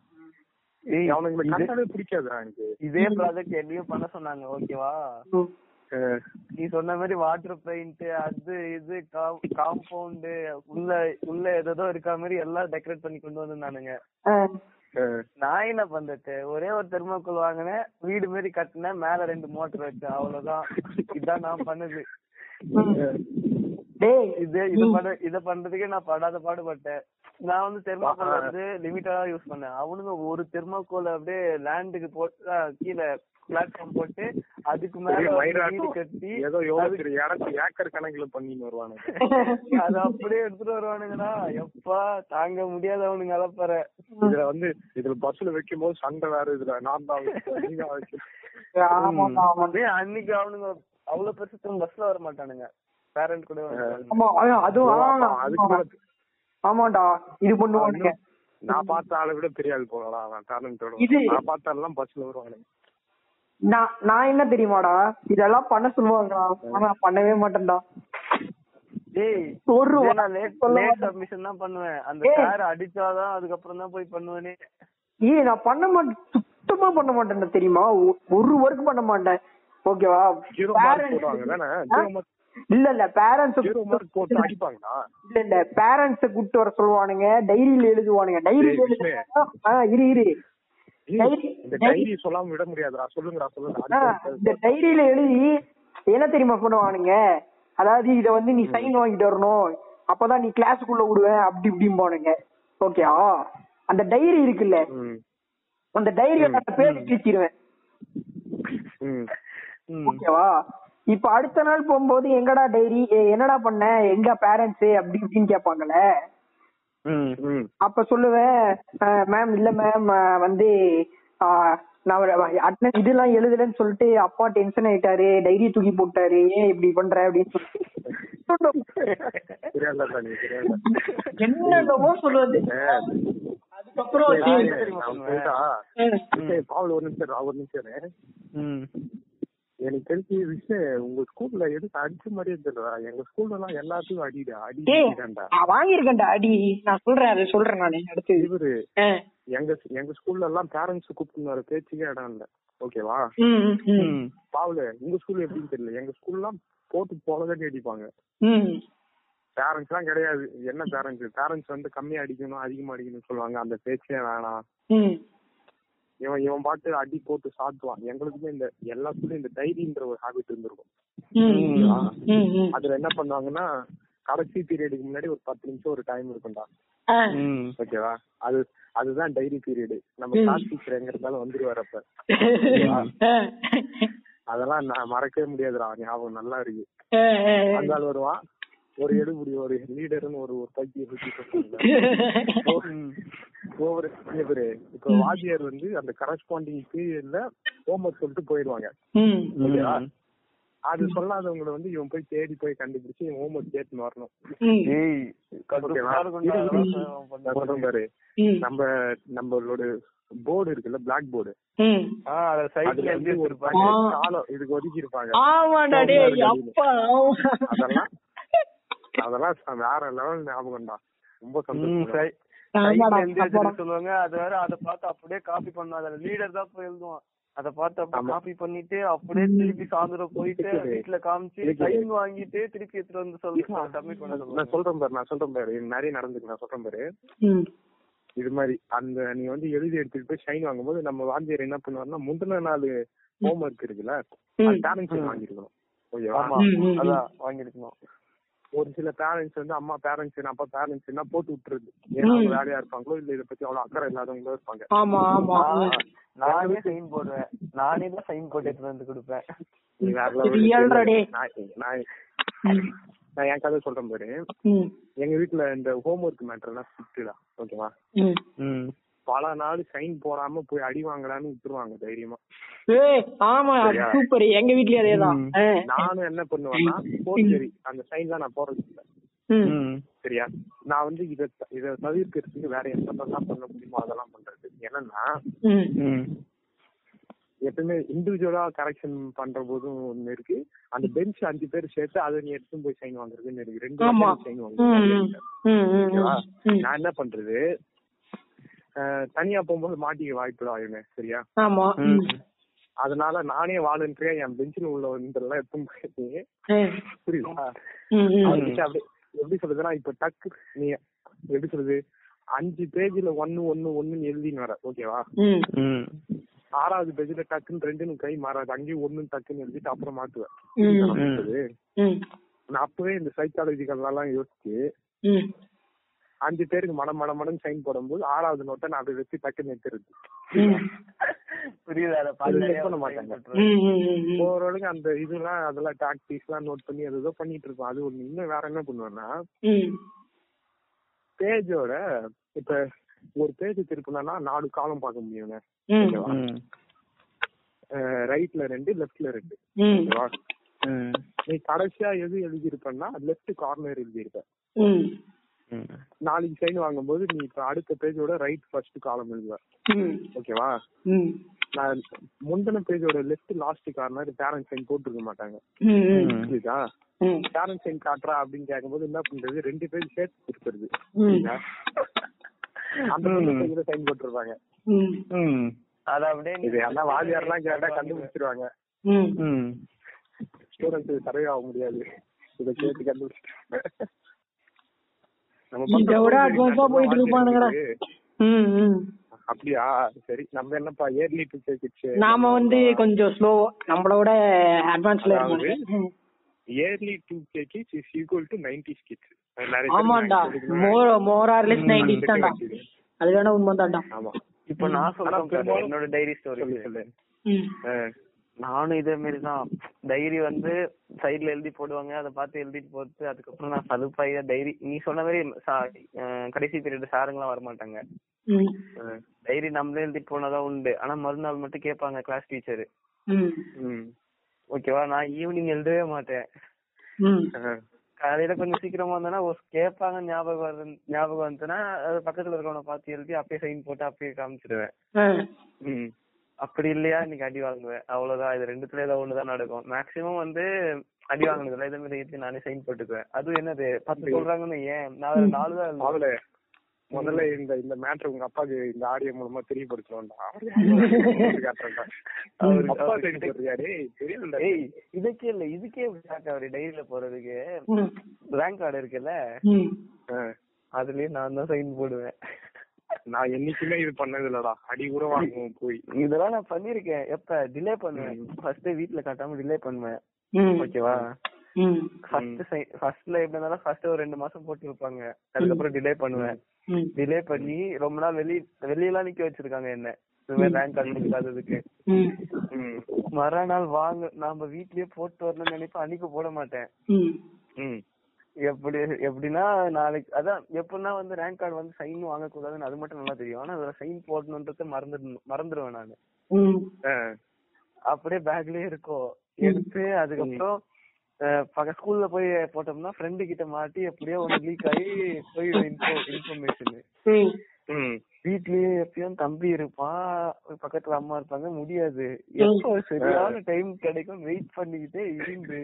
B: ஏய்,
A: அவனுங்களை
B: இது-
A: கண்டாலே பிடிக்காதுடா எனக்கு
B: இதே ப்ராஜெக்ட் என்னையும் பண்ண சொன்னாங்க ஓகேவா
C: ம்.
A: அஹ்
B: நீ சொன்ன மாதிரி வாட்டர் பெயிண்ட் அது இது காம்பவுண்ட் உள்ள உள்ள ஏதோ இருக்க மாதிரி எல்லாம் டெக்கரேட் பண்ணி கொண்டு வந்திருந்தானுங்க
C: ஆ.
A: அஹ்
B: நான் என்ன பண்றது ஒரே ஒரு தெர்மாக்கோல் வாங்கினேன் வீடு மாதிரி கட்டினேன் மேல ரெண்டு மோட்டர் வச்சேன் அவ்வளவுதான் இதான் நான் பண்ணது
C: டேய்,
B: இது இது பண்ண இத பண்றதுக்கே நான் படாத பாடுபட்டேன் நான் வந்து தெர்மாக்கோல் வந்து லிமிட்டடா யூஸ் பண்ணேன் அவனுங்க ஒரு தெர்மாக்கோல் அப்படியே லேண்டுக்கு போட்டு ஆ, கீழே பிளாட்ஃபார்ம் போட்டு அதுக்கு மேல
A: பெரிய
B: வந்து வீடு
A: மயிராட்டம்
B: கட்டி
A: ஏதோ எவ்வளவு பெரிய இடத்து ஏக்கர் கணக்குல பண்ணின்னு வருவானுங்க
B: அத அப்படியே எடுத்துட்டு வருவானுங்கடா எப்பா தாங்க முடியாது அவனுங்க அலப்பற
A: இதுல வந்து இதுல பஸ்ல வைக்கும் போது சண்டை வேற இதுல நான் தான் வைக்கிறேன், நீ தான் வைக்கிற.
C: ஆமாண்டா, ஆமாண்டா.
B: அப்படியே அன்னைக்கு அவனுங்க அவ்வளவு பெருசு பஸ்ல வர மாட்டானுங்க பேரண்ட் கூட வர மாட்டானுங்க.
C: ஆமா, ஆ, அதுவும், ஆ,
A: அப்பா, அதுக்கு மேல
C: ஆமாண்டா இது பண்ணுவானுங்க
A: நான் பார்த்த ஆளை விட பெரிய ஆள் போகலாம் அவன் டேலண்டோட
C: இது-
A: நான் பார்த்த ஆள்லாம் பஸ்ல வருவானுங்க
C: நான் நான் என்ன தெரியுமாடா இதெல்லாம் பண்ண சொல்லுவாங்கடா ஆனா பண்ணவே மாட்டேன்டா
B: டேய்
C: ஒரு
B: இதே
C: வாரம்
B: நான் லேட்
C: சொல்ல
B: லேட்
C: மாட்டேன்.
B: சப்மிஷன் தான் பண்ணுவேன் அந்த
C: ஏய்.
B: சார் அடிச்சாதான் அதுக்கப்புறம் தான் போய் பண்ணுவேனே
C: ஏய் நான் பண்ண மாட்டேன் சுத்தமா பண்ண மாட்டேன்டா தெரியுமா ஒ- ஒரு ஒர்க் பண்ண மாட்டேன் ஓகேவா
A: ஜீரோ மார்க் போடுவாங்க தானே ஜீரோ மார்க்
C: இல்ல இல்ல பேரண்ட்ஸ்
A: ஜீரோ மார்க் போட்டு அடிப்பாங்களா
C: இல்ல இல்ல பேரண்ட்ஸ கூப்பிட்டு வர சொல்லுவானுங்க டைரியில எழுதுவானுங்க டைரியில
A: டேய்,
C: எழுதுவானுங்க ஆ, இரு இரு
A: ஏய்,
C: டைரி-
A: இந்த டைரி சொல்லாம விட முடியாதுடா சொல்லுங்கடா
C: ஆ,
A: சொல்லுங்க
C: இந்த டைரியில எழுதி என்ன தெரியுமா பண்ணுவானுங்க அதாவது இத வந்து நீ சைன் வாங்கிட்டு வரணும் அப்பதான் நீ கிளாஸுக்குள்ள விடுவேன் அப்படி இப்படின்னு போனுங்க ஓகேயா அந்த டைரி இருக்குல்ல
A: ம்
C: அந்த டைரியை நான் பேர் கிழிச்சிருவேன்
A: ம்
B: ம்
C: ஓகேவா இப்ப அடுத்த நாள் போகும்போது எங்கடா டைரி என்னடா பண்ண எங்க பேரண்ட்ஸ் அப்படி இப்படின்னு கேட்பாங்கல்ல
B: ம்
A: ம்
C: அப்ப சொல்லுவேன் மேம் இல்ல மேம் வந்து ஆஹ், நான் ஒரு attendance இதெல்லாம் எழுதலன்னு சொல்லிட்டு அப்பா டென்ஷன் ஆயிட்டாரு டைரி தூக்கி போட்டாரு ஏன் இப்படி பண்ற அப்படின்னு சொல்லிட்டு
A: சரியாடா சாமி, சரியாடா.
C: என்னென்னமோ சொல்லுவது
A: ஏ,
C: அதுக்கப்புறம் வந்து,
A: நான் போயிட்டா? ஏய், பாவல், ஒரு நிமிஷம் இரு, ஒரு நிமிஷம் இரு.
B: ம்
A: எனக்கு தெரிஞ்சு விஷயம் உங்க ஸ்கூல்ல எதுக்கு அடிச்ச மாதிரியே தெரியல எங்க ஸ்கூல்ல எல்லாம் எல்லாத்தையும் அடிடா அடி
C: டேய்,
A: அடிடாண்டா
C: நான் வாங்கியிருக்கேன்டா அடி நான் சொல்றேன் அதை சொல்றேன் நானு அடுத்து
A: இவரு
C: ஆ.
A: எங்க எங்க ஸ்கூல்ல எல்லாம் பேரண்ட்ஸ் கூப்பிட்டு வர பேச்சுக்கே இடம் இல்ல ஓகேவா
C: ம், ம், ம்.
B: ம்
A: பாவல உங்க ஸ்கூல்ல எப்படின்னு தெரியல எங்க ஸ்கூல்லாம் போட்டு போலதாட்டி அடிப்பாங்க
C: ம்.
A: பேரண்ட்ஸ் எல்லாம் கிடையாது என்ன பேரண்ட்ஸ் பேரண்ட்ஸ் வந்து கம்மியா அடிக்கணும் அதிகமா அடிக்கணும்னு சொல்லுவாங்க அந்த பேச்சே வேணாம்
C: ம்.
A: இவன் இவன் பாட்டு அடி போட்டு சாத்துவான் எங்களுக்குமே இந்த எல்லா ஸ்கூல்லும் இந்த டைரின்ற ஒரு ஹாபிட் இருந்திருக்கும்
C: ம், ம், ம், ம்.
A: அதுல என்ன பண்ணுவாங்கன்னா கடைசி பீரியடுக்கு முன்னாடி ஒரு பத்து நிமிஷம் ஒரு டைம் இருக்கும்டா
C: ஆ.
B: ம்
A: ஓகேவா அது அதுதான் டைரி பீரியடு நம்ம
C: ம்.
A: கிளாஸ் டீச்சர் எங்க இருந்தாலும் வந்துருவாரு அப்ப
C: ஆ.
A: அதெல்லாம் நான் மறக்கவே முடியாதுடா ஞாபகம் நல்லா இருக்கு
C: ஆ, ஆ, ஆ.
A: அந்த ஆள் வருவான் ஒரு எடுபடி ஒரு லீடர்னு ஒரு ஒரு பைக்கிய சுத்தி ஒவ்வொரு இவரு இப்ப வாத்தியார் வந்து அந்த கரஸ்பாண்டிங் பீரியட்ல ஹோம்ஒர்க் சொல்லிட்டு போயிடுவாங்க
C: ம்.
A: ஓகேவா அது சொல்லாதவங்களை வந்து இவன் போய் தேடி போய் கண்டுபிடிச்சு இவன் ஹோம்ஒர்க் கேட்டு வரணும்
C: ம்.
B: ஏய்
A: ஓகேவா?
B: கடுப்பா இருக்கும்டா,
A: இரு,
B: அதெல்லாம்
A: இரு.
B: சொல்ல
A: நான்
B: மாட்டேன்.
A: சொல்றேன் பாரு
C: ம்.
A: நம்ம நம்மளோட போர்டு இருக்குல்ல பிளாக் போர்டு
C: ம்.
B: ஆ அத
A: அதுல
B: சைடுல
A: வந்து
B: எழுதி
A: ஒரு
B: வச்சிருப்பாங்க
A: பாக்கெட் காலம் இதுக்கு ஒதுக்கி இருப்பாங்க
C: ஆமாடா டேய் அப்பா ஆமா
A: அதெல்லாம் அதெல்லாம் ச- வேற லெவல் ஞாபகம் தான் ரொம்ப
B: ம்
A: சந்தோஷம்
B: சை
C: ஆமாடா,
B: சைடுல எழுதி
C: அப்பா.
B: வச்சிருக்க சொல்லுவாங்க அது வேற அத பார்த்து அப்படியே காப்பி பண்ணும் அதுல லீடர் தான் போய் எழுதுவான் அத பார்த்து அப்படியே
A: ஆமா.
B: காப்பி பண்ணிட்டு அப்படியே திருப்பி சாயந்தரம் போயிட்டு
A: இருக்குது.
B: வீட்டுல காமிச்சு
A: இருக்குது.
B: சைன் வாங்கிட்டு திருப்பி எடுத்துட்டு வந்து சொல்லுவாங்க சப்மிட் பண்ண
A: நான்
B: சொல்லுவாங்க
A: சொல்றேன் பாரு நான் சொல்றேன் பாரு இது நிறைய நடந்துக்கு நான் சொல்றேன் பாரு
C: ம்.
A: இது மாதிரி அந்த நீ வந்து எழுதி எடுத்துட்டு போய் ஷைன் வாங்கும்போது நம்ம வாத்தியார் என்ன பண்ணுவாருன்னா முந்தின நாள் ஹோம்ஒர்க் இருக்குல்ல அது பேரண்ட்ஸ் வாங்கிருக்கணும் ஓகேவா
B: ஆமா
C: ம், ம், ம்.
B: அதான் வாங்கிருக்கணும்
A: ஒரு சில பேரண்ட்ஸ் வந்து அம்மா பேரண்ட்ஸ் அப்பா பேரண்ட்ஸ் என்ன போட்டு விட்டுருது ஏன்னா அவங்க வேலையா இருப்பாங்களோ இல்ல இதை பத்தி அவ்வளவு அக்கறை இல்லாதவங்களோ இருப்பாங்க
C: ஆமா ஆமா
B: நான் நானே சைன் போடுவேன் நானே தான் சைன் போட்டு எடுத்துட்டு வந்து கொடுப்பேன்
A: நீ வேற level.
C: Real டா டேய்.
A: நான் நான் நான் என் கதை சொல்றேன் பாரு
C: ம்.
A: எங்க வீட்ல இந்த ஹோம்ஒர்க் மேட்டர் எல்லாம் ஸ்ட்ரிக்டா ஓகேவா
C: ம்.
B: ம்
A: பல நாள் சைன் போடாம போய் அடி வாங்கலான்னு விட்டுருவாங்க தைரியமா
C: ஏய் ஆமா
A: சரியா?
C: சூப்பர் எங்க வீட்லயும் அதேதான்
B: ம்.
C: ஆ.
A: நானும் என்ன பண்ணுவேன்னா போர்ஜரி அந்த சைன் தான் நான் போடுறது இல்ல
C: ம்.
B: ம்
A: சரியா நான் வந்து இத த- இத தவிர்க்கிறதுக்கு வேற என்னென்னலாம் பண்ண முடியுமோ அதெல்லாம் பண்றது என்னன்னா
C: ம்.
B: ம்
A: எப்பவுமே இண்டிவிஜுவலா கரெக்ஷன் பண்ற போதும் ஒண்ணு இருக்கு அந்த பெஞ்ச் அஞ்சு பேர் சேர்த்து அதை நீ எடுத்து போய் சைன் வாங்குறதுன்னு இருக்கு
C: ஆமா.
A: ரெண்டு சைன்
C: ம்,
A: வாங்குறது
C: ம். ம், ம்,
A: ஓகேவா?
C: ம்.
A: நான் என்ன பண்றது அஹ், தனியா போகும்போது மாட்டிக்க வாய்ப்புல ஆயிருங்க சரியா
C: ஆமா ம்.
A: அதனால நானே வாலண்டியா என் பெஞ்சில் உள்ள வந்துலாம் எடுத்து போய்
C: ம்.
A: புரியுதா
C: ம், ம்.
A: அவர்கிட்ட அப்படியே எப்படி சொல்றதுன்னா இப்ப டக்கு நீ எப்படி சொல்றது அஞ்சு பேஜ்ல ஒன்னு ஒன்னு ஒன்னு எழுதின்னு வர ஓகேவா
C: ம்.
B: ம்
A: ஆறாவது பேஜ்ல டக்குன்னு ரெண்டுன்னு கை மாறாது அங்கேயும் ஒன்னு டக்குன்னு எழுதிட்டு அப்புறம் மாத்துவேன்
C: ம்.
A: நான் சொல்றது.
C: ம்.
A: நான் அப்பவே இந்த சைக்காலஜிக்கல்லாம் யோசிச்சு
C: ம்.
A: அஞ்சு பேருக்கு மடம் மடம் மடம் சைன் போடும்போது ஆறாவது நோட்டை நான் அப்படி வச்சு டக்குன்னு எடுத்துருது
C: ம்.
B: புரியுது அதை
A: அது
B: பார்த்து
A: check பண்ண மாட்டாங்க.
C: ம், ம், ம், ம்.
A: ஓரளவுக்கு அந்த இதெல்லாம் அதெல்லாம் டாக்டிக்ஸ் எல்லாம் நோட் பண்ணி அது ஏதோ பண்ணிட்டு இருப்போம் அது ஒண்ணு இன்னும் வேற என்ன பண்ணுவேன்னா
C: ம்.
A: பேஜோட இப்ப ஒரு பேஜ் திருப்பினா நாலு காலம் பார்க்க முடியுங்க
C: ம்.
B: ம்
A: ரைட்ல ரெண்டு லெஃப்ட்ல ரெண்டு
C: ம்.
A: ஓகேவா?
B: ம்
A: நீ கடைசியா எது எழுதியிருப்பேன்னா லெஃப்ட் கார்னர் எழுதியிருப்ப
C: ம்.
B: ம்
A: நாளைக்கு சைன் வாங்கும்போது நீ இப்ப அடுத்த பேஜோட ரைட் ஃபர்ஸ்ட் காலம் எழுதுவ
C: ம்.
A: ஓகேவா
C: ம்.
A: நான் முந்தின பேஜோட left last corner parent sign போட்டிருக்க மாட்டாங்க
C: ம், ம்.
B: ம்.
A: புரியுதா
C: ம்.
A: பேரண்ட் சைன் காட்டுறா அப்படின்னு கேட்கும்போது என்ன பண்றது ரெண்டு பேஜ் சேர்த்து கொடுத்துருது
C: ம்.
A: புரியுதா? அந்த
B: ம்.
A: பேஜ்ல சைன் போட்டிருப்பாங்க
C: ம்.
B: ம் அது அப்படியே
A: இது என்ன வாதியாரெல்லாம் கேட்டா கண்டுபிடிச்சிருவாங்க
C: ம்.
B: ம்
A: ஸ்டூடெண்ட்ஸ் சர்வே ஆக முடியாது இதை கேட்டு கண்டுபிடிச்சிட்டாங்க நம்ம
C: இதை விட
A: பக்கம்
C: advance ஆ போயிட்டு இருப்பானுங்கடா.
A: வாத்தியார்
C: ம், ம்.
A: இருக்குது. அப்படியா சரி நம்ம என்னப்பா இயர்லி பிக்சர் கிட்ஸ்
C: நாம வந்து கொஞ்சம் ஸ்லோ நம்மளோட அட்வான்ஸ்ல
A: அதாவது,
C: இருக்கோம்
A: early two K kids is equal to nineties kids
C: ஆமாண்டா மோர் மோர் ஆர்லெஸ் நைன்டிஸ் தான்டா அது வேணா உண்மை தான்டா
A: ஆமா
B: இப்ப நான் சொல்றேன் பாரு,
A: பெரும்பாலும்
B: என்னோட டைரி
A: சொல்லு
B: ஸ்டோரி
A: சொல்லு
C: ம்.
A: அஹ்,
B: நானும் இதே மாதிரி தான் டைரி வந்து சைடுல எழுதி போடுவாங்க அதை பார்த்து எழுதிட்டு போட்டு அதுக்கப்புறம் நான் சதுப்பாய டைரி நீ சொன்ன மாதிரி சா- அஹ் கடைசி பீரியட் சாருங்களாம் வரமாட்டாங்க
C: ம்.
A: அஹ்,
B: டைரி நம்மளே எழுதி போனதா உண்டு ஆனா மறுநாள் மட்டும் கேட்பாங்க கிளாஸ் டீச்சர்
C: ம்.
A: ம்,
B: ஓகேவா நான் ஈவினிங் எழுதவே மாட்டேன்
C: ம்.
A: அஹ்,
B: காலையில கொஞ்சம் சீக்கிரமா வந்தேன்னா ஒரு கேட்பாங்க ஞாபகம் வருது- ஞாபகம் வந்துச்சுன்னா அது பக்கத்துல இருக்கவனை பார்த்து எழுதி அப்படியே சைன் போட்டு அப்படியே காமிச்சிடுவேன்
C: ஆ.
A: ம்,
B: அப்படி இல்லையா இன்னைக்கு அடி வாங்குவேன் அவ்வளவுதான் இது ரெண்டுத்துல ஏதோ ஒண்ணுதான் நடக்கும் மேக்ஸிமம் வந்து அடி வாங்கினதுல இதே மாதிரி எழுதி நானே சைன் போட்டுக்குவேன் அது என்னது பத்து சொல்றாங்கன்னு ஏன் நான் அதுல நாலு தான் எழுதுவேன்.
A: முதல்ல முதல்ல இந்த இந்த மேட்ரு உங்க அப்பாக்கு இந்த ஆடியோ மூலமா தெரியப்படுத்தணும்டா அவரு காட்டுறேன்டா. அவரு அப்பா சைடு போடுறியாடே தெரியல
B: ஏய் இதுக்கே இல்ல இதுக்கே இப்படி shock ஆகுற டைரியில போறதுக்கு
C: ம்.
B: ரேங்க் கார்டு இருக்குல்ல
C: ம்.
B: அதுலயே நான் தான் சைன் போடுவேன்
A: நான் என்னைக்குமே இது பண்ணது இல்லடா அடி கூட வாங்குவோம் போய்
B: இதெல்லாம் நான் பண்ணிருக்கேன் எப்ப டிலே பண்ணுவேன் ஃபர்ஸ்ட் வீட்ல காட்டாம டிலே பண்ணுவேன்
C: ம்.
B: ஓகேவா
C: ம்.
B: ஃபர்ஸ்ட் ஃபர்ஸ்ட்ல எப்படி இருந்தாலும் ஃபர்ஸ்ட் ஒரு ரெண்டு மாசம் போட்டு வைப்பாங்க அதுக்கப்புறம் டிலே பண்ணுவேன்
C: ம்.
B: டிலே பண்ணி ரொம்ப நாள் வெளிய வெளியெல்லாம் நிக்க வச்சிருக்காங்க என்ன இந்த மாதிரி ரேங்க் கார்டு கொடுக்காததுக்கு
C: ம்.
A: ம்,
B: மறுநாள் வாங்க நாம வீட்லயே போட்டு வரணும்னு நினைப்பேன் அன்னைக்கு போட மாட்டேன்
C: ம்.
A: ம்,
B: எப்படி எப்படின்னா நாளைக்கு அதான் எப்படின்னா வந்து ரேங்க் கார்டு வந்து சைன் வாங்கக்கூடாதுன்னு அது மட்டும் நல்லா தெரியும் ஆனா அதுல சைன் போடணுன்றத மறந்து மறந்துடுவேன் நான்
C: ம்.
A: அஹ்,
B: அப்படியே பேக்லயே இருக்கும் எடுத்து அதுக்கப்புறம் அஹ், பக்க ஸ்கூல்ல போய் போட்டோம்னா ஃப்ரெண்டு கிட்ட மாட்டி அப்படியே ஒண்ணு லீக் ஆகி போய் இன்ஃபர்மேஷன்
C: ம்.
A: ம்,
B: வீட்லயே எப்பயும் தம்பி இருப்பான் பக்கத்துல அம்மா இருப்பாங்க முடியாது எப்போ சரியான டைம் கிடைக்கும் வெயிட் பண்ணிக்கிட்டே இருந்து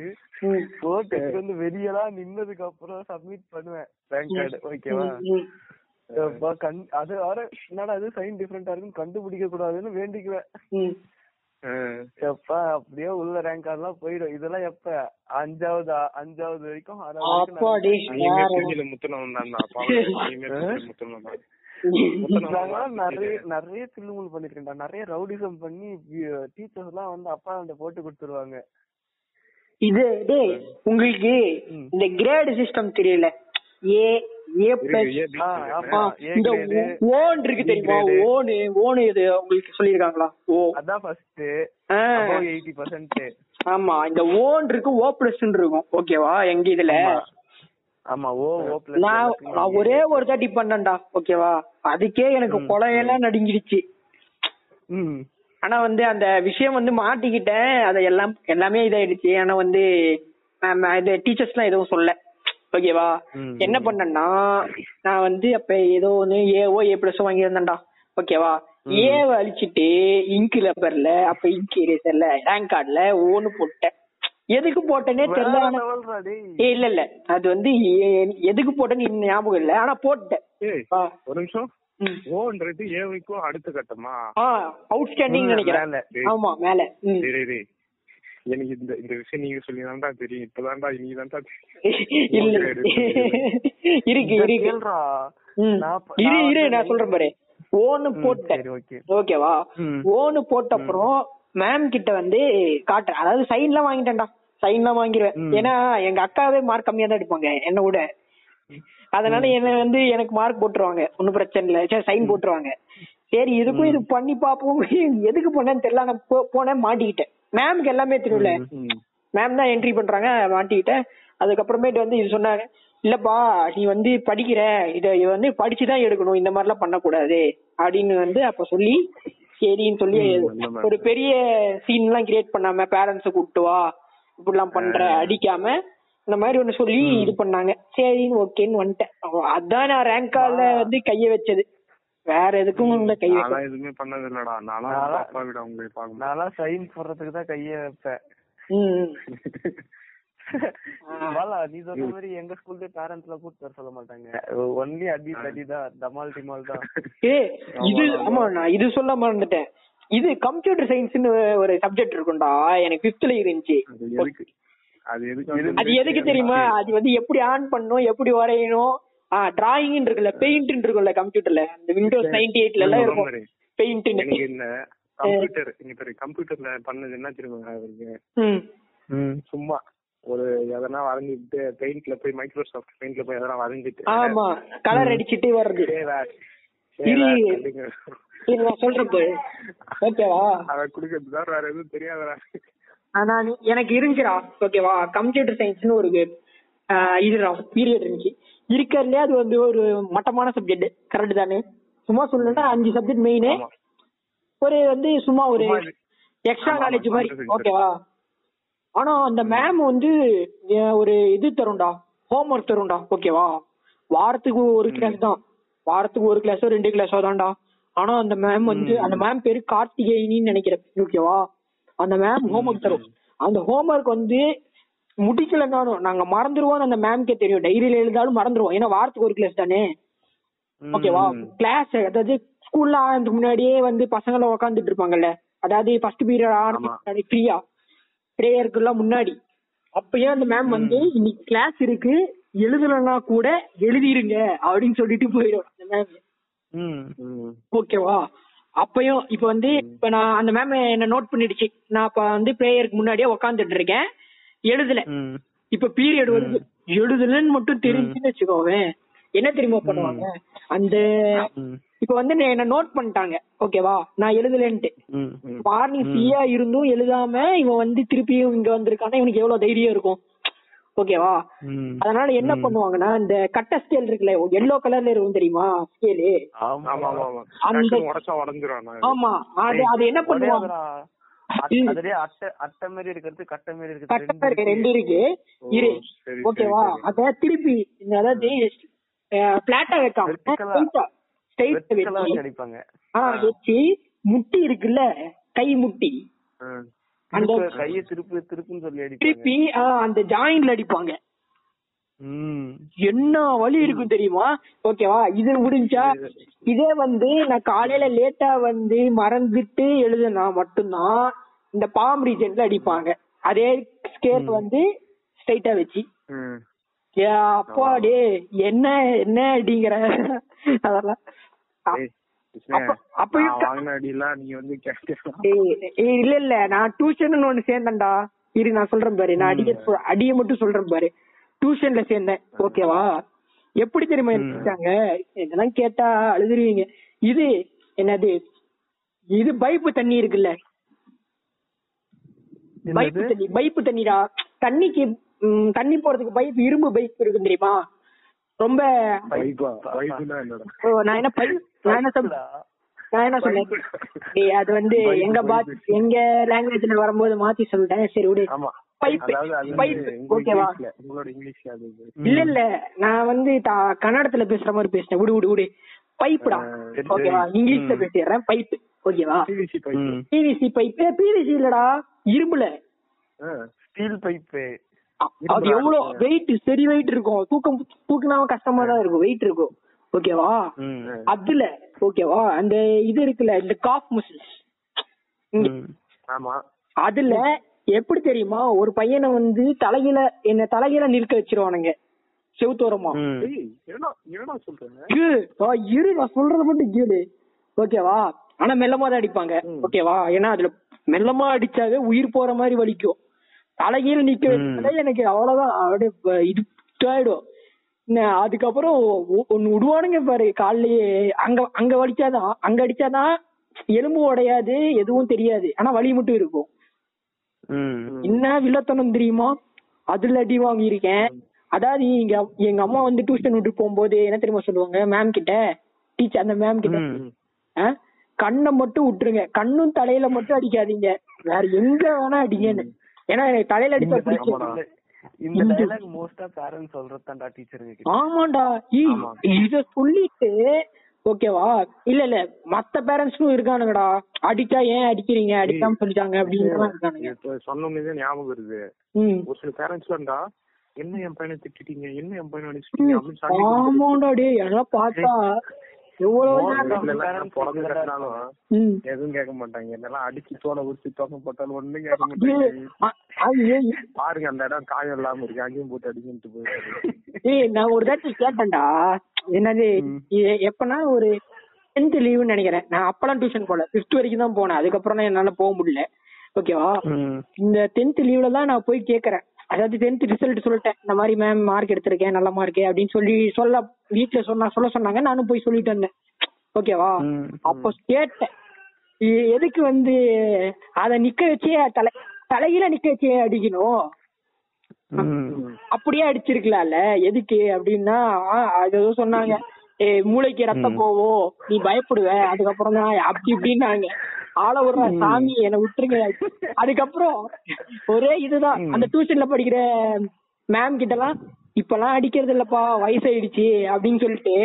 C: ம்.
B: கோர்ட்டுக்கு வந்து வெளியெல்லாம் நின்னதுக்கு அப்புறம் சப்மிட் பண்ணுவேன் பேங்க் கார்டு ஓகேவா
C: ம்.
B: அப்பா, கண் அது வேற என்னடா அது சைன் டிஃபரெண்டா இருக்கும் கண்டுபிடிக்க கூடாதுன்னு வேண்டிக்குவேன்
C: ம்.
A: அஹ்,
B: எப்ப அப்படியே உள்ள ரேங்க் எல்லாம் போயிடும் இதெல்லாம் எப்ப அஞ்சாவது அஞ்சாவது வரைக்கும் ஆறாவது வரைக்கும்
C: அப்பாடி
A: நீயுமே திருஞ்சில முத்தணும் தான்டா பாவம் நீயுமே திருஞ்சில முத்தணும் தான்
B: நடந்து- நாங்கெல்லாம் நிறைய நிறைய தில்லுமுல் பண்ணிருக்கேன்டா நிறைய ரவுடிசம் பண்ணி டீச்சர்ஸ் எல்லாம் வந்து அப்பா கிட்ட போட்டு கொடுத்துருவாங்க
C: இது டேய் உங்களுக்கு
B: ம்.
C: இந்த கிரேட் சிஸ்டம் தெரியல ஏ ஏ பிளஸ்
A: இருக்கு, ஏ, பி,
B: ஆ,
A: சி.
B: ஆமா ஏ
C: இந்த
B: கிரேடு
C: ஓன் இருக்கு தெரியுமா ஓனு ஓனு இது உங்களுக்கு சொல்லியிருக்காங்களா ஓ
B: அதான் ஃபர்ஸ்ட்
C: ஆ,
B: எயிட்டி பர்சன்ட்
C: ஆமா இந்த ஓன் இருக்கு ஓ பிளஸ் இருக்கும் ஓகேவா எங்க இதுல
B: ஆமா ஓ ஓ
C: நான்
B: பிளஸ்
C: நான் ஒரே ஒரு தாட்டி பண்ணேன்டா ஓகேவா அதுக்கே எனக்கு கொலையெல்லாம் நடுங்கிடுச்சு
B: ம்
C: ஆனா வந்து அந்த விஷயம் வந்து மாட்டிக்கிட்டேன் அது எல்லாம் எல்லாமே இதாயிடுச்சு ஆனா வந்து நான் நான் இது டீச்சர்ஸ் எல்லாம் எதுவும் சொல்ல ஓகேவா
B: ம்.
C: என்ன பண்ணேன்னா நான் வந்து அப்ப ஏதோ ஒண்ணு ஏஓ ஏ பிளஸ் வாங்கியிருந்தேன்டா ஓகேவா ஏவை அழிச்சிட்டு இங்கு ரப்பர்ல அப்ப இங்கு இரேசர்ல ரேங்க் கார்டுல ஓன்னு போட்டேன் எதுக்கு போட்டேனே தெரியல ஆனா- ஏ இல்ல இல்ல அது வந்து ஏ- எதுக்கு போட்டேன்னு இன்னும் ஞாபகம் இல்ல ஆனா போட்டேன்
A: ஏய்,
C: ஆ,
A: ஒரு நிமிஷம்
C: ம்.
A: ஓன்றது ஏவிக்கும் அடுத்த கட்டமா
C: ஆ அவுட்ஸ்டாண்டிங் நினைக்கிறேன்
B: மேல.
C: ஆமா மேல ம்
A: டேய், டேய், டேய். எனக்கு இந்த இந்த விஷயம் நீங்க சொல்லி தெரியும் இப்பதான்டா நீ தான்டா
C: [laughs] இல்ல
A: Okay, okay.
C: [laughs] இருக்கு இருக்கு
B: கேள்றா
C: ம்.
B: நான் ப-
C: இரு
B: நான்
C: இரு
B: வந்து-
C: நான் சொல்றேன் பாரு ஓன்னு
B: ம்,
C: போட்டேன்
B: சரி ஓகே
C: ஓகேவா
B: ம்.
C: ஓன்னு போட்ட அப்புறம் மேம் கிட்ட வந்து காட்டுறேன் அதாவது சைன்லாம் வாங்கிட்டேன்டா சைன்லாம் வாங்கிடுவேன்
B: ம்.
C: ஏன்னா எங்க அக்காவே மார்க் கம்மியா தான் எடுப்பாங்க என்ன விட அதனால என்ன வந்து எனக்கு மார்க் போட்டுருவாங்க ஒன்னும் பிரச்சனை இல்ல சரி சைன் போட்டுருவாங்க சரி இதுக்கும் இது பண்ணி பாப்போம் [laughs] எதுக்கு பண்ணேன்னு தெரியல நான் போ- போனேன் மாட்டிக்கிட்டேன் மேம்க்கு எல்லாமே தெரியும்ல மேம் தான் என்ட்ரி பண்றாங்க மாட்டிக்கிட்டேன் அதுக்கப்புறமேட்டு வந்து இது சொன்னாங்க இல்லப்பா நீ வந்து படிக்கிற இத இது வந்து படிச்சுதான் எடுக்கணும் இந்த மாதிரிலாம் பண்ணக்கூடாது அப்படின்னு வந்து அப்ப சொல்லி சரின்னு சொல்லி ஒரு பெரிய சீன் எல்லாம் கிரியேட் பண்ணாம பேரண்ட்ஸ கூப்பிட்டு வா இப்படிலாம் பண்ற அடிக்காம இந்த மாதிரி ஒண்ணு சொல்லி இது பண்ணாங்க சரின்னு ஓகேன்னு வந்துட்டேன் அவ- அதான் நான் ரேங்க் கால்ல வந்து கைய வச்சது வேற எதுக்கும் இல்ல கை வைக்க
A: நான்லாம் எதுவுமே பண்ணது இல்லடா நான்லாம்
B: நான்லாம்-
A: அப்பா விட உங்களை பார்க்கும்
B: நான்லாம் சைன் போடுறதுக்கு தான் கையே வைப்பேன்
C: ம், ம்.
A: [laughs]
B: பாலா நீ சொன்ன மாதிரி எங்க ஸ்கூல்ல பேரண்ட்ஸ்ல கூட்டு வர சொல்ல மாட்டாங்க ஒன்லி அடி தடி தான் டமால் டிமால் தான்
C: ஏ இது ஆமா நான் இது சொல்ல மறந்துட்டேன் இது கம்ப்யூட்டர் சயின்ஸ்னு ஒரு சப்ஜெக்ட் இருக்கும்டா எனக்கு பிப்த்ல இருந்துச்சு
A: அது எதுக்கு அது எதுக்கு
C: அது எதுக்கு தெரியுமா அது வந்து எப்படி ஆன் பண்ணும் எப்படி வரையணும் ஆ டிராயிங் இருக்குல்ல பெயிண்ட் இருக்குல்ல கம்ப்யூட்டர்ல இந்த விண்டோஸ் நைன்டி எயிட்ல எல்லாம்
A: ரொம்ப
C: இருக்கும்
A: மாதிரி.
C: பெயிண்ட்
A: எனக்கு இந்த கம்ப்யூட்டர் இங்க பாரு கம்ப்யூட்டர்ல பண்ணது என்ன தெரியுமா இருக்கு
C: ம்
B: ம்
A: சும்மா ஒரு எதனா வரைஞ்சிட்டு பெயிண்ட்ல போய் மைக்ரோசாஃப்ட் பெயிண்ட்ல போய் எதனா வரைஞ்சிட்டு
C: ஆமா கலர் அடிச்சிட்டே வர்றது
A: சேவா
C: இரு.
A: சேவா அப்படிங்கிற
C: இது நான் சொல்றது ஓகேவா
A: அவன் குடுக்கறது தான் வேற எதுவும் தெரியாதடா
C: ஆனா நீ- எனக்கு இருந்துச்சுடா ஓகேவா கம்ப்யூட்டர் சயின்ஸ்னு ஒரு ஆஹ் இதுடா பீரியட் இருந்துச்சு இருக்கிறதுலே அது வந்து ஒரு மட்டமான சப்ஜெக்ட் கரெக்ட் தானே சும்மா சொல்லணும்னா அஞ்சு சப்ஜெக்ட் மெயின்
A: ஆமா.
C: ஒரு வந்து சும்மா ஒரு
A: சும்மா இது.
C: எக்ஸ்ட்ரா
A: ஆமா,
C: நாலேஜ்
A: ஆமா,
C: மாதிரி
A: concept.
C: ஓகேவா ஆனா அந்த மேம் வந்து அஹ், ஒரு இது தரும்டா ஹோம் ஒர்க் தரும்டா ஓகேவா வாரத்துக்கு ஒரு கிளாஸ் தான் வாரத்துக்கு ஒரு கிளாஸோ ரெண்டு கிளாஸோ தான்டா ஆனா அந்த மேம் வந்து அந்த மேம் பேரு கார்த்திகேயனின்னு நினைக்கிறேன் ஓகேவா அந்த மேம் ஹோம் ஒர்க் தரும் அந்த ஹோம் ஒர்க் வந்து முடிக்கலன்னாலும் நாங்க மறந்துருவோம் அந்த மேம்க்கே தெரியும் டைரியில எழுதாலும் மறந்துருவோம் ஏன்னா வாரத்துக்கு ஒரு கிளாஸ் தானே ஓகேவா கிளாஸ் அதாவது ஸ்கூல்ல ஆனதுக்கு முன்னாடியே வந்து பசங்கள உக்காந்துட்டு இருப்பாங்கல்ல அதாவது ஃபர்ஸ்ட் பீரியட்
A: ஆமா.
C: ஆனது ஃப்ரீயா பிரேயருக்கு எல்லாம் முன்னாடி அப்பயே அந்த மேம் வந்து இன்னைக்கு கிளாஸ் இருக்கு எழுதலன்னா கூட எழுதிருங்க அப்படின்னு சொல்லிட்டு போயிடும் அந்த மேம்
B: ம்
A: ம்.
C: ஓகேவா அப்பயும் இப்ப வந்து இப்ப நான் அந்த மேம் என்ன நோட் பண்ணிடுச்சு நான் இப்ப வந்து பிரேயருக்கு முன்னாடியே உக்காந்துட்டு இருக்கேன் எழுதல
B: ம்
C: இப்ப பீரியட் வருது எழுதலன்னு மட்டும் தெரிஞ்சுன்னு வச்சுக்கோவேன் என்ன தெரியுமா பண்ணுவாங்க அந்த
B: ம்
C: இப்ப வந்து என்னை- என்ன நோட் பண்ணிட்டாங்க ஓகேவா நான் எழுதலன்ட்டு
B: ம்
C: மார்னிங் ஃப்ரீயா இருந்தும் எழுதாம இவன் வந்து திருப்பியும் இங்க வந்திருக்கானா இவனுக்கு எவ்வளவு தைரியம் இருக்கும் ஓகேவா
B: ம்
C: அதனால என்ன பண்ணுவாங்கன்னா இந்த கட்ட ஸ்கேல் இருக்குல்ல எல்லோ கலர்ல இருக்கும் தெரியுமா ஸ்கேலு
B: ஆமா
A: ஆமா ஆமா ஆமா
C: அந்த-
A: டக்குனு உடைச்சா உடஞ்சிரும்
C: ஆமா அது அது என்ன பண்ணுவாங்க
B: உடையாதுடா. அட்- அதுலயே அட்டை அட்டை மாதிரி இருக்கிறது கட்டை மாதிரி இருக்கிறது
C: கட்ட இருக்கு ரெண்டு இருக்கு
A: ஓ,
C: இரு
A: சரி,
C: ஓகேவா
A: சரி, சரி.
C: அத திருப்பி இந்த அதாவது பிளாட்டா வைக்காம
B: Vertical ஆ?
C: ஸ்ட்ரைட்
B: வெட்டுக்கெல்லாம்
C: வச்சு
B: வச்சு அடிப்பாங்க
C: ஆ, வச்சு முட்டி இருக்குல்ல கை முட்டி அந்த
B: திருப்ப கையை திருப்பு திருப்புன்னு சொல்லி அடிப்பாங்க
C: திருப்பி ஆ, அந்த ஜாயின்ல அடிப்பாங்க
B: ம்
C: என்ன வலி இருக்கும் தெரியுமா ஓகேவா இது முடிஞ்சா இதே வந்து நான் காலையில லேட்டா வந்து மறந்துட்டு எழுதுனா மட்டும்தான் இந்த பாம் ரீஜன்ல அடிப்பாங்க அதே ஸ்கேல் வந்து ஸ்ட்ரைட்டா வச்சு
A: ம்.
C: ஏ, அப்பா டே என்ன என்ன அடிங்கிற அதெல்லாம் அ-
A: ஏய், கிருஷ்ணா,
C: அப்ப- அப்ப
A: நான்
C: இருக்க-
A: வாங்கின அடியெல்லாம் நீ வந்து கேட்கலாம்.
C: ஏய், ஏய், இல்ல இல்ல நான் டியூஷன் ஒண்ணு சேர்ந்தேன்டா இரு நான் சொல்றேன் பாரு நான் அடிக்க சொல்- அடிய மட்டும் சொல்றேன் பாரு டியூஷன்ல சேர்ந்தேன் ஓகேவா எப்படி தெரியுமா எடுத்துட்டாங்க இதெல்லாம் கேட்டா அழுதுருவீங்க இது என்னது இது பைப்பு தண்ணி இருக்குல்ல பைப்பு தண்ணி பைப்பு தண்ணிடா தண்ணிக்கு ம், தண்ணி போறதுக்கு பைப் இரும்பு பைப் இருக்கு தெரியுமா ரொம்ப
A: வைபா, வைபுனா என்னடா?
C: ஓ, நான் என்ன பை நான் என்ன சொல் நான் என்ன சொன்னேன் டேய், அது வந்து எங்க பாத் எங்க லாங்குவேஜ்ல வரும்போது மாத்தி சொல்லிட்டேன் சரி விடு
A: ஆமா.
C: பைப்
A: அதாவது அது
C: பைப்
A: வந்து உங்க
C: ஓகேவா
A: இங்கிலீஷ்ல, உங்களோட இங்கிலீஷ்ல அது இது.
C: இல்ல இல்ல நான் வந்து தா- கன்னடத்துல பேசுற மாதிரி பேசினேன் விடு விடு விடு பைப்புடா
A: சரி,
C: ஓகேவா இங்கிலீஷ்ல பேசிடுறேன் பைப் ஓகேவா
A: PVC pipe.
C: PVC pipe PVC இல்லடா இரும்புல
A: ஆ.
B: ஸ்டீல் பைப்பு
C: அ- அது எவ்வளவு வெயிட் சரி வெயிட் இருக்கும் தூக்கம் தூக்கினாம கஷ்டமா தான் இருக்கும் வெயிட் இருக்கும் ஓகேவா அதுல ஓகேவா அந்த இது இருக்குல்ல இந்த காஃப் முசில்ஸ்
A: ஆமா.
C: அதுல எப்படி தெரியுமா ஒரு பையனை வந்து தலையில என்ன தலையில நிற்க வச்சிருவானுங்க செவுத்தோரமா
A: ஏய், என்னடா என்னடா சொல்றேன்
C: இரு, ஆ, இரு நான் சொல்றத மட்டும் கேளு ஓகேவா ஆனா மெல்லமா தான் அடிப்பாங்க ஓகேவா ஏன்னா அதுல மெல்லமா அடிச்சாவே உயிர் போற மாதிரி வலிக்கும் தலையில நிக்க வச்சாலே எனக்கு அவ்வளவுதான் அப்படியே ப- இது ஆயிடும் என்ன, அதுக்கப்புறம் ஒ- ஒண்ணு விடுவானுங்க பாரு கால்லயே அங்க அங்க வலிச்சாதான் அங்க அடிச்சாதான் எலும்பு உடையாது எதுவும் தெரியாது ஆனா வலி மட்டும் இருக்கும் என்ன வில்லத்தனம் தெரியுமா அதுல அடி வாங்கியிருக்கேன் அதாவது எங்க எங்க அம்மா வந்து டியூஷன் விட்டு போகும்போது என்ன தெரியுமா சொல்லுவாங்க மேம் கிட்ட டீச்சர் அந்த மேம் கிட்ட "ஆ, கண்ணை மட்டும் விட்டுருங்க கண்ணும் தலையில மட்டும் அடிக்காதீங்க வேற எங்க வேணா அடிங்கன்னு ஏன்னா எனக்கு தலையில அடிச்சா பிடிக்கும்
B: இந்த டயலாக் மோஸ்டா பேரண்ட் சொல்றது தான்டா டீச்சருங்க கிட்ட
C: ஆமாண்டா ஏய், இத சொல்லிட்டு ஓகேவா இல்ல இல்ல மத்த பேரண்ட்ஸும் இருக்கானுங்கடா அடிச்சா ஏன் அடிக்கிறீங்க அடிக்காம சொல்லிட்டாங்க அப்படின்னு எல்லாம் இருக்கானுங்க
A: இப்ப சொன்னோம்னே ஞாபகம் வருது
C: ம்
A: ஒரு சில பேரண்ட்ஸ் இருந்தா என்ன என் பையனை திட்டிட்டீங்க என்ன என் பையனை அடிச்சிட்டீங்க அப்படின்னு சண்டை
C: ஆமாண்டா டேய் அதெல்லாம் பார்த்தா எவ்வளவு
B: மோர்
C: நேரம்
A: வீட்டுல எல்லாம் பிறந்து கட்டினாலும்
C: ம்.
A: எதுவும் கேட்க மாட்டாங்க என்னெல்லாம் அடிச்சு தோலை உரிச்சு தோக்கம் போட்டாலும் ஒண்ணும் கேட்க மாட்டாங்க
C: ஏய், அ- அது ஏய்,
A: பாருங்க அந்த இடம் காயம் இல்லாம இருக்கு அங்கேயும் போட்டு அடிக்கிட்டு போயிருக்கு
C: ஏய், நான் ஒரு தாட்டி கேட்டேன்டா என்னது எ- எப்பனா ஒரு டென்த் லீவுன்னு நினைக்கிறேன் நான் அப்பெல்லாம் டியூஷன் போல ஃபிஃப்த் வரைக்கும் தான் போனேன் அதுக்கப்புறம் என்னால போக முடியல ஓகேவா இந்த டென்த் லீவ்ல தான் நான் போய் கேக்குறேன் அதாவது டென்த் ரிசல்ட் சொல்லிட்டேன் இந்த மாதிரி மேம் மார்க் எடுத்திருக்கேன் நல்ல மார்க் அப்படின்னு சொல்லி சொல்ல வீட்ல சொன்னா சொல்ல சொன்னாங்க நானும் போய் சொல்லிட்டு வந்தேன் ஓகேவா அப்போ கேட்டேன் "இ- எதுக்கு வந்து அத நிக்க வச்சே தலை தலையில நிக்க வச்சே அடிக்கணும் அப்படியே அடிச்சிருக்கலாம்ல எதுக்கு அப்படின்னா ஆ, அது ஏதோ சொன்னாங்க ஏ மூளைக்கு ரத்த போவோம் நீ பயப்படுவ அதுக்கப்புறம் தான் அப்படி இப்படின்னாங்க ஆள விடுற சாமி என்னை விட்டுருங்க அதுக்கப்புறம் ஒரே இதுதான் அந்த டியூஷன்ல படிக்கிற மேம் கிட்டலாம் இப்பெல்லாம் அடிக்கிறது இல்லப்பா வயசாயிடுச்சு அப்படின்னு சொல்லிட்டு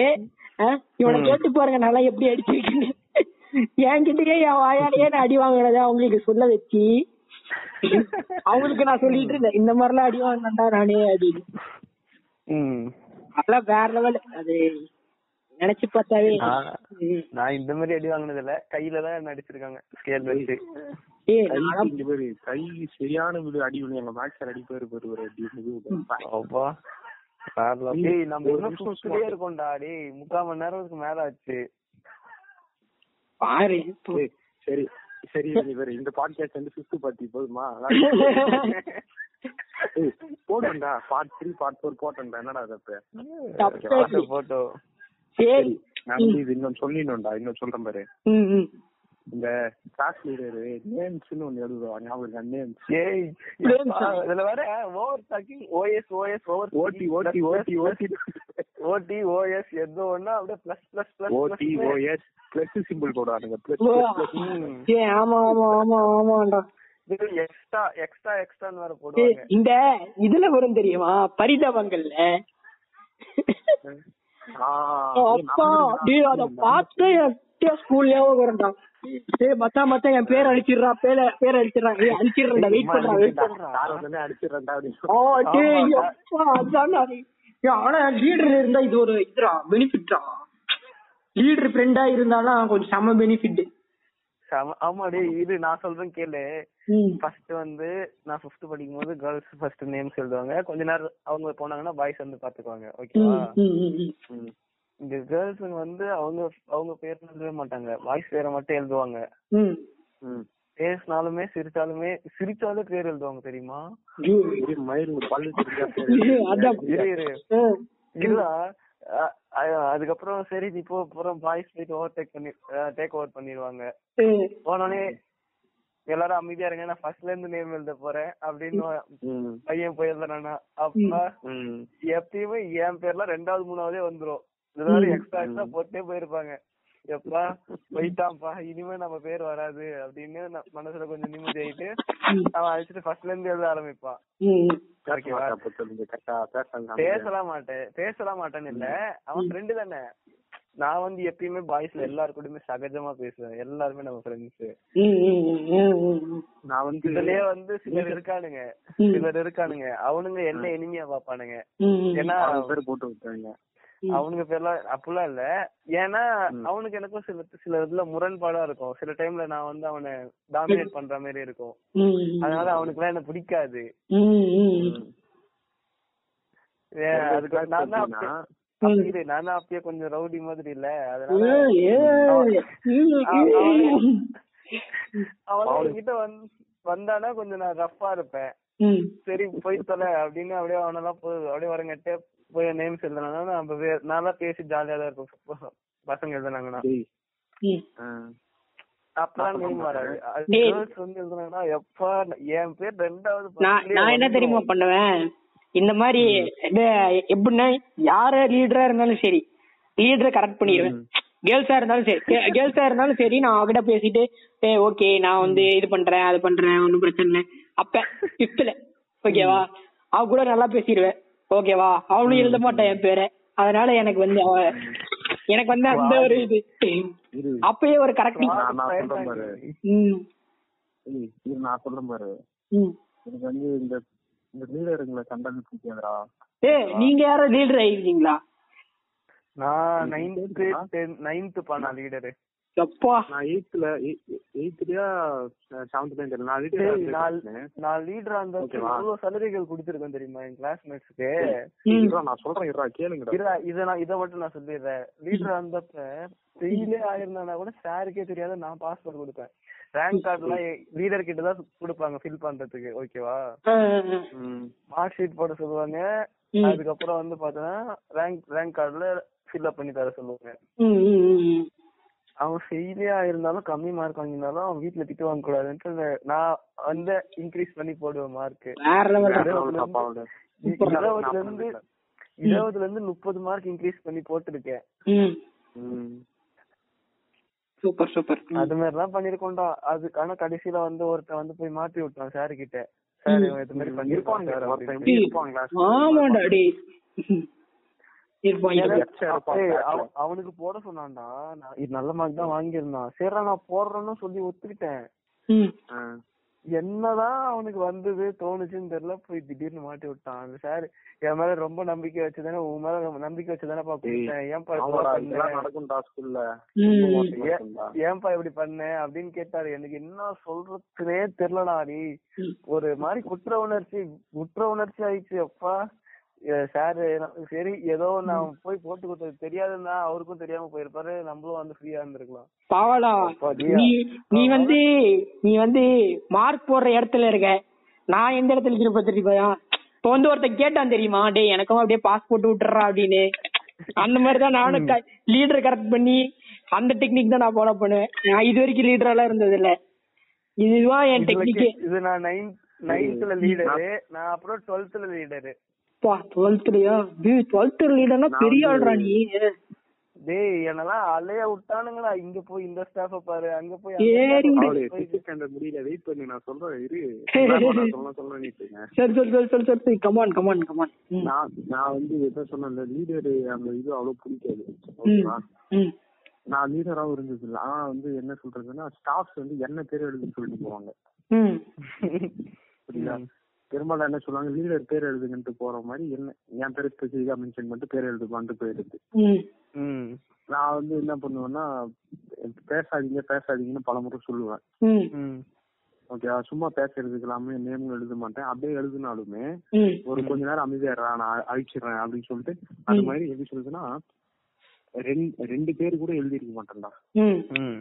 C: ஆ, இவனை கேட்டு பாருங்க நல்லா எப்படி அடிச்சிருக்கேன்னு என்கிட்டயே என் வாயாலேயே நான் அடி வாங்கினதை அவங்களுக்கு சொல்ல வச்சு அவங்களுக்கு நான் சொல்லிட்டு இருந்தேன் இந்த மாதிரிலாம் அடி வாங்கினா நானே அப்படின்னு அதெல்லாம் வேற லெவல் அது நினைச்சு பார்த்தாவே
B: நான்-
C: ம்.
B: நான் இந்த மாதிரி அடி வாங்கினது இல்ல கையில தான் என்ன அடிச்சிருக்காங்க ஸ்கேல் வச்சு
C: ஏய்
A: கை
C: நான்லாம்
A: இங்க பாரு, கை சரியான விடு அடி விழு எங்க மேக்ஸ் அடி பேரு பேரு ஒரு அடி விழு.
B: அப்பா
A: ம்.
B: டேய் நம்ம
A: ஒரு
B: இன்னும்
A: நிமிஷம்
B: சுத்திலே இருக்கோம்டா டேய் முக்கால் மணி நேரத்துக்கு மேல ஆச்சு
C: பாரு இப்போ.
A: ஏய், சரி சரி நீ பாரு, இந்த பாட்காஸ்ட் வந்து ஃபிஃப்த் பார்ட்டி போதுமா ஏய், போடுண்டா பார்ட் த்ரீ பார்ட் ஃபோர் போட்டேன்டா என்னடா தப்பு
C: தப்பு.
B: வாட்ஸ் போட்டோ
C: சரி
A: நான் வந்து இது இன்னும் சொல்லிடணும்டா இன்னும் சொல்றேன் பாரு
C: ம், ம்.
A: இந்த கிளாஸ் லீடர் நேம்ஸ்னு ஒண்ணு எழுதுவா ஞாபகம் இருக்கா நேம்ஸ்
B: ஏய்
C: Blame
B: அப்பா,
C: sir.
B: இதுல வர over talking OS OS over
A: ஓடி ஓடி ஓடி ஓடி
B: ஓடி ஓஎஸ் எது ஒண்ணா அப்படியே பிளஸ் பிளஸ் பிளஸ்
A: ஓடி ஓஎஸ் பிளஸ் சிம்பிள் போடுவானுங்க பிளஸ்
C: ஓ.
B: ம்.
C: ஏய், ஆமா ஆமா ஆமா ஆமாண்டா
B: எக்ஸ்ட்ரா எக்ஸ்ட்ரா எக்ஸ்ட்ரான்னு வேற
C: ஏய்,
B: போடுவாங்க
C: இந்த இதுல வரும் தெரியுமா பரிதாபங்கள்ல அப்பா டேய் அத பார்த்து ஸ்கூல் ஞாபகம் வரும்டா டேய் மச்சான் மச்சான் என் பேர் அழிச்சிடுறா பேர பேர் அழிச்சிடுறா ஏய் அழிச்சிடுறா வெயிட் பண்றா வெயிட் பண்றா
A: அடிச்சிடறா அப்படின்னு
C: ஓ டேய்
B: ஆமாடா.
C: அப்பா அதான்டா நீ. ஏய், ஆனா லீடர் இருந்தா இது ஒரு இதுடா பெனிஃபிட்டா லீடர் ஃப்ரெண்டா இருந்தானா கொஞ்சம் செம பெனிஃபிட்
B: செம- ஆமா டேய் இது நான் சொல்றேன் கேளு ஃபர்ஸ்ட் வந்து நான் ஃபிஃப்த் படிக்கும் போது கேர்ள்ஸ் ஃபர்ஸ்ட் நேம்ஸ் எழுதுவாங்க கொஞ்ச நேரம் அவங்க போனாங்கன்னா பாய்ஸ் வந்து பாத்துக்குவாங்க ஓகேவா இந்த கேர்ள்ஸுங்க வந்து அவங்க அவங்க பேர் எழுதவே மாட்டாங்க பாய்ஸ் பேரை மட்டும் எழுதுவாங்க
A: ம்
B: பேசினாலுமே சிரிச்சாலுமே சிரிச்சாலும் பேர் எழுதுவாங்க தெரியுமா
A: இரு, மயிலுக்கு பல்லு தெரிஞ்சா
C: இரு, அதான்.
B: இரு இரு இல்லடா அ- அ- அதுக்கப்புறம் சரி நீ போ அப்புறம் பாய்ஸ் போயிட்டு ஓவர் டேக் பண்ணி டேக் ஓவர் பண்ணிடுவாங்க போனோடனே எல்லாரும் அமைதியா இருங்க நான் ஃபர்ஸ்ட்ல இருந்து நேம் எழுத போறேன் அப்படின்னு
A: ம்,
B: பையன் போய் எழுதுறானா அப்பா
A: ம்.
B: எப்பயுமே என் பேர்ல ரெண்டாவது மூணாவதே வந்துரும் இதுவரை எக்ஸ்ட்ரா எக்ஸ்ட்ரா போட்டே போயிருப்பாங்க எப்பா போயிட்டான்ப்பா இனிமே நம்ம பேர் வராது அப்படின்னு நான் மனசுல கொஞ்சம் நிம்மதி ஆயிட்டு அவன் அழிச்சிட்டு ஃபர்ஸ்ட்ல இருந்து எழுத ஆரம்பிப்பான்
A: பேச
B: Okay,
A: மாட்டா அப்ப தெரிஞ்சு, கரெக்டா பேசுறாங்க.
B: பேசலாம் மாட்டேன் பேசலாம் மாட்டேன்னு இல்ல அவன் ஃப்ரெண்டு தானே நான் வந்து எப்பயுமே பாய்ஸ்ல எல்லாருக்கூடயுமே சகஜமா பேசுவேன் எல்லாருமே நம்ம ஃப்ரெண்ட்ஸ்
A: நான் வந்து
B: இதுலயே வந்து சிலர் இருக்கானுங்க சிலர் இருக்கானுங்க அவனுங்க என்ன இனிமையா பாப்பானுங்க ஏன்னா
A: அவங்க பேர் போட்டு விட்டாங்க.
B: அவனுங்க பேர்லாம் அப்படிலாம் இல்ல ஏன்னா அவனுக்கு எனக்கும் சில சில இதுல முரண்பாடா இருக்கும் சில டைம்ல நான் வந்து அவனை டாமினேட் பண்ற மாதிரி இருக்கும் அதனால அவனுக்கு எல்லாம் என்ன பிடிக்காது ஏ, அதுக்கு நான் தான் அப்ப-
A: எப்படின்னா,
B: அப்ப இரு, நான் தான் அப்பயே கொஞ்சம் ரவுடி மாதிரி இல்ல அதனால அவன் என்கிட்ட வந்து வந்தானா கொஞ்சம் நான் ரஃப்பா இருப்பேன் சரி போய் தொலை அப்படின்னு அப்படியே அவனெல்லாம் போ அப்படியே வரங்கட்டே போய் நேம் எழுதுனா நம்ம வே- நல்லா பேசி ஜாலியா தான் இருக்கும் பசங்க எழுதுனாங்கன்னா
A: டேய், ஆ,
B: அப்பதான் நேம் வராது அது
C: டேய்.
B: girls வந்து எழுதுனாங்கன்னா எப்பா என் பேர் ரெண்டாவது
C: நான்
B: பக்கத்துலயே
C: நான் என்ன
B: வந்துரும்.
C: தெரியுமா பண்ணுவேன் இந்த மாதிரி இது- எப்படின்னா யார லீடரா இருந்தாலும் சரி லீடரை கரெக்ட் பண்ணிடுவேன் கேர்ள்ஸா இருந்தாலும் சரி கேர்ள்ஸா இருந்தாலும் சரி நான் அவகிட்ட பேசிட்டு ஏ ஓகே நான் வந்து இது பண்றேன் அது பண்றேன் ஒன்றும் பிரச்சனை இல்லை அப்ப ஃபிஃப்த்ல ஓகேவா அவ கூட நல்லா பேசிடுவேன் ஓகேவா அவளும் எழுத மாட்டேன் என் பேரை அதனால எனக்கு வந்து அவ எனக்கு வந்து அந்த ஒரு இது
A: இரு,
C: அப்பயே ஒரு கரெக்டிங்
A: நான் நான் சொல்றேன் பாரு
C: ம்
A: ஏய், இரு, நான் சொல்றேன் பாரு
C: ம்
A: எனக்கு வந்து இந்த இந்த லீடருங்களை கண்டது பிடிக்காதுடா
C: ஏ நீங்க யாரோ லீடர் ஆயிருக்கீங்களா
B: நான் நைன்த்து டென் நைன்த்து பண்ணா லீடரு
C: எப்பா
A: நான் எயித்துல எயித்துலயா செவன்த்லயும் தெரியல நான் அதுக்கே
B: சரி,
A: calculate
B: நான்
A: பண்ணேன்.
B: நான் லீடரா இருந்தப்ப
A: ஓகேவா?
B: எவ்வளவு சலுகைகள் கொடுத்திருக்கேன் தெரியுமா என் கிளாஸ்மேட்ஸ்க்கு
C: ம்.
A: இருடா, நான் சொல்றேன் இருடா கேளுங்கடா
B: இல்ல இத நான் இத மட்டும் நான் சொல்லிடுறேன் லீடரா இருந்தப்ப ஃபெயிலே ஆயிருந்தானா கூட சாருக்கே தெரியாத நான் பாஸ்போர்ட் கொடுப்பேன் ரேங்க் கார்டுலாம் லீடர் கிட்ட தான் கொடுப்பாங்க ஃபில் பண்றதுக்கு ஓகேவா
C: ஆ, ஆ, ஆ.
A: ம்.
B: மார்க் ஷீட் போட சொல்லுவாங்க
C: ம்.
B: அதுக்கப்புறம் வந்து பாத்தீங்கன்னா ரேங்க் ரேங்க் கார்டுல ஃபில் அப் பண்ணி தர சொல்லுவாங்க
C: ம், ம், ம், ம்.
B: அவன் ஃபெயிலியா இருந்தாலும் கம்மி மார்க் வாங்கியிருந்தாலும் அவன் வீட்டுல திட்டு வாங்க கூடாதுன்ட்டு இந்த- நான் வந்து இன்க்ரீஸ் பண்ணி போடுவேன் மார்க்
C: வேற லெவல்
A: வேற level டாப்பா அவளு.
B: இருபதுல இருந்து இருபதுல இருந்து முப்பது மார்க் இன்க்ரீஸ் பண்ணி போட்டிருக்கேன்
C: ம்
A: ம்.
C: சூப்பர் சூப்பர் ம்.
B: அது மாதிரி எல்லாம் பண்ணிருக்கோம்டா அதுக்கு ஆனா கடைசியில வந்து ஒருத்தன் வந்து போய் மாத்தி விட்டான் சார் கிட்ட சார் இவன் இது மாதிரி பண்ணிருப்பான்
A: இருப்பாங்க
B: sir
A: ஒருத்தன்
B: அப்படின்னு.
A: இப்படி இருப்பான் class ல.
C: ஆமாண்டா டேய் இருப்பான் இருப்பான்.
A: எச்சா இருப்பான்
B: ஏய்,
A: class ல.
B: அவ- அவனுக்கு போட சொன்னான்டா நான் இது நல்ல மார்க் தான் வாங்கியிருந்தான் சரிடா நான் போடுறேன்னு சொல்லி ஒத்துக்கிட்டேன்
C: ம்
A: ஆ.
B: என்னதான் அவனுக்கு வந்தது தோணுச்சுன்னு தெரியல போய் திடீர்னு மாட்டி விட்டான் அந்த சார் என் மேல ரொம்ப நம்பிக்கை வச்சுதானே உன் மேல ரொம்ப நம்பிக்கை வச்சுதானேப்பா
A: ஏய்,
B: கொடுத்தேன் ஏன்பா இப்படி
A: ஆமாடா,
B: பண்ண?
A: இதெல்லாம் நடக்கும்டா school ல.
C: ம்.
A: ரொம்ப மோசமா இருக்கும்டா.
B: ஏன்பா இப்படி பண்ண அப்படின்னு கேட்டாரு எனக்கு என்ன சொல்றதுனே தெரியலடா நீ
C: ம்.
B: ஒரு மாதிரி குற்ற உணர்ச்சி குற்ற உணர்ச்சி ஆயிடுச்சு அப்பா சார் சரி ஏதோ நான் போய் போட்டு கொடுத்தது தெரியாதுன்னா அவருக்கும் தெரியாம போயிருப்பாரு நம்மளும் வந்து ஃப்ரீயா இருந்திருக்கலாம்
C: பாவாடா
B: அப்படியா?
C: நீ நீ வந்து நீ வந்து மார்க் போடுற இடத்துல இருக்க நான் எந்த இடத்துல இருக்க தெரியுமா இப்போ வந்து ஒருத்தன் கேட்டான் தெரியுமா டேய் எனக்கும் அப்படியே பாஸ் போட்டு விட்டுறா அப்படின்னு அந்த மாதிரி தான் நானும் லீடர் கரெக்ட் பண்ணி அந்த டெக்னிக் தான் நான் ஃபாலோ பண்ணுவேன் நான் இது வரைக்கும் லீடரெல்லாம் இருந்தது இல்ல இதுவா என்
B: இதுல
C: டெக்னிக்கு
B: கே- இது நான் நைன்த் நைன்த்ல லீடரு நான் அப்புறம் டுவெல்த்ல லீடரு
C: பா டுவெல்த்லயா டுவெல்த் லீடர்னா பெரிய ஆள்றா நீ
B: டேய் என்னெல்லாம் அலைய விட்டானுங்களா இங்க போய் இந்த ஸ்டாஃப பாரு அங்க போய்
C: சரி
A: அவளு fifth standard முடியல, wait பண்ணு, நான் சொல்றேன்
C: [laughs]
A: இரு. நான் சொல்றேன், சொல்றேன் நீட்டுங்க.
C: சரி சரி சரி சரி சரி சரி கமான் கமான் கமான் ம்
A: நான் நான் வந்து எதை சொன்னேன் லீடர் அந்த இது அவ்வளவு பிடிக்காது
C: ம்
A: ஓகேவா
C: ம்
A: நான் லீடராவும் இருந்தது இல்லை ஆனா வந்து என்ன சொல்றதுன்னா ஸ்டாஃப்ஸ் வந்து என்ன பேர் எழுதுன்னு சொல்லிட்டு போவாங்க
C: ம்
A: புரியுதா பெரும்பாலும் என்ன சொல்லுவாங்க லீடர் பேர் எழுதுங்கன்ட்டு போற மாதிரி என்ன என் பேர் ஸ்பெசிஃபிக்கா மென்ஷன் பண்ணிட்டு பேர் எழுதுமான்ட்டு போயிருது
C: ம்
B: ம்
A: நான் வந்து என்ன பண்ணுவேன்னா பேசாதீங்க பேசாதீங்கன்னு பலமுறை சொல்லுவேன்
C: ம்
B: ம்
A: ஓகேவா சும்மா பேச எழுதுக்கலாமே நேம் எழுத மாட்டேன் அப்படியே எழுதினாலுமே
C: ம்
A: ஒரு கொஞ்ச நேரம் அமைதியாடுறா நான் அழிச்சிடுறேன் அப்படின்னு சொல்லிட்டு அது மாதிரி எப்படி சொல்லுதுன்னா ரெண்டு ரெண்டு பேர் கூட எழுதிருக்க மாட்டேன்டா
C: ம்
B: ம்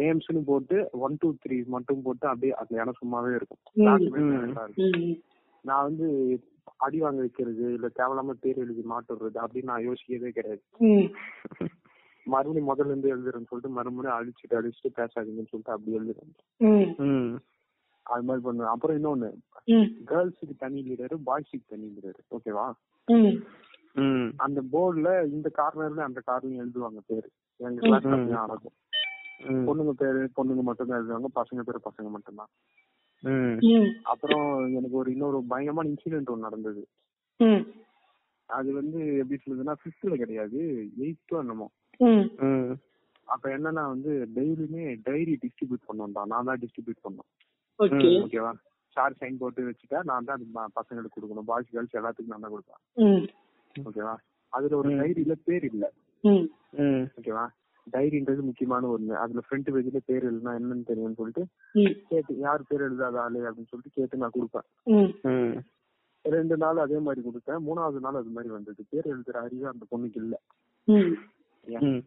A: நேம்ஸ்னு போட்டு ஒன் டூ த்ரீ மட்டும் போட்டு அப்படியே அந்த இடம் சும்மாவே இருக்கும்
C: ம்.
A: document ல தான் இருக்கும்.
C: ம்
A: நான் வந்து அடி வாங்க வைக்கிறது இல்ல தேவையில்லாம பேர் எழுதி மாட்டுறது அப்படின்னு நான் யோசிக்கவே கிடையாது
C: ம்
A: மறுபடியும் முதல்ல இருந்து எழுதுறேன்னு சொல்லிட்டு மறுபடியும் அழிச்சிட்டு அழிச்சிட்டு பேசாதீங்கன்னு சொல்லிட்டு அப்படி எழுதுறேன்
C: ம்
B: ம்
A: அது மாதிரி பண்ணுவேன் அப்புறம் இன்னொன்னு
C: ம்
A: கேர்ள்ஸுக்கு தனி லீடரு பாய்ஸுக்கு தனி லீடரு ஓகேவா
C: ம்
B: ம்
A: அந்த போர்டுல இந்த கார்னர்ல அந்த கார்னர்ல எழுதுவாங்க பேரு எங்க கிளாஸ் நடக்கும்
B: ம்
A: பொண்ணுங்க பேரு பொண்ணுங்க மட்டும் தான் எழுதுவாங்க பசங்க பேரு பசங்க மட்டும்தான்
B: ம்
C: ம்
A: அப்புறம் எனக்கு ஒரு இன்னொரு பயங்கரமான இன்சிடென்ட் ஒன்று நடந்தது
C: ம்
A: அது வந்து எப்படி சொல்லுதுன்னா ஃபிஃப்த்ல கிடையாது எயித்தோ என்னமோ
C: ம்
B: ம்
A: அப்ப என்னன்னா வந்து டெய்லியுமே டைரி டிஸ்ட்ரிபியூட் பண்ணுவோம்டா நான் தான் டிஸ்ட்ரிபியூட் பண்ணோம்
C: ஓகே
A: ஓகேவா சார் சைன் போட்டு வச்சுட்டா நான் தான் அது ப- பசங்களுக்கு கொடுக்கணும் பாய்ஸ் கேர்ள்ஸ் எல்லாத்துக்கும் நான் தான் கொடுப்பேன்
C: ம்
A: ஓகேவா அதுல ஒரு
B: ம்.
A: டைரியில பேர் இல்ல
C: ம்
B: ம்
A: ஓகேவா டைரின்றது முக்கியமான ஒண்ணு அதுல ஃப்ரண்ட் பேஜ்ல பேர் எழுதுனா என்னன்னு தெரியும்னு சொல்லிட்டு
C: ம்
A: கேட்டு யார் பேர் எழுதாத ஆளு அப்படின்னு சொல்லிட்டு கேட்டு நான் கொடுப்பேன்
C: ம்
B: ம்
A: ரெண்டு நாள் அதே மாதிரி கொடுத்தேன் மூணாவது நாள் அது மாதிரி வந்தது பேர் எழுதுற அறிவு அந்த பொண்ணுக்கு இல்ல
C: ம்
A: ஏன்?
B: ம்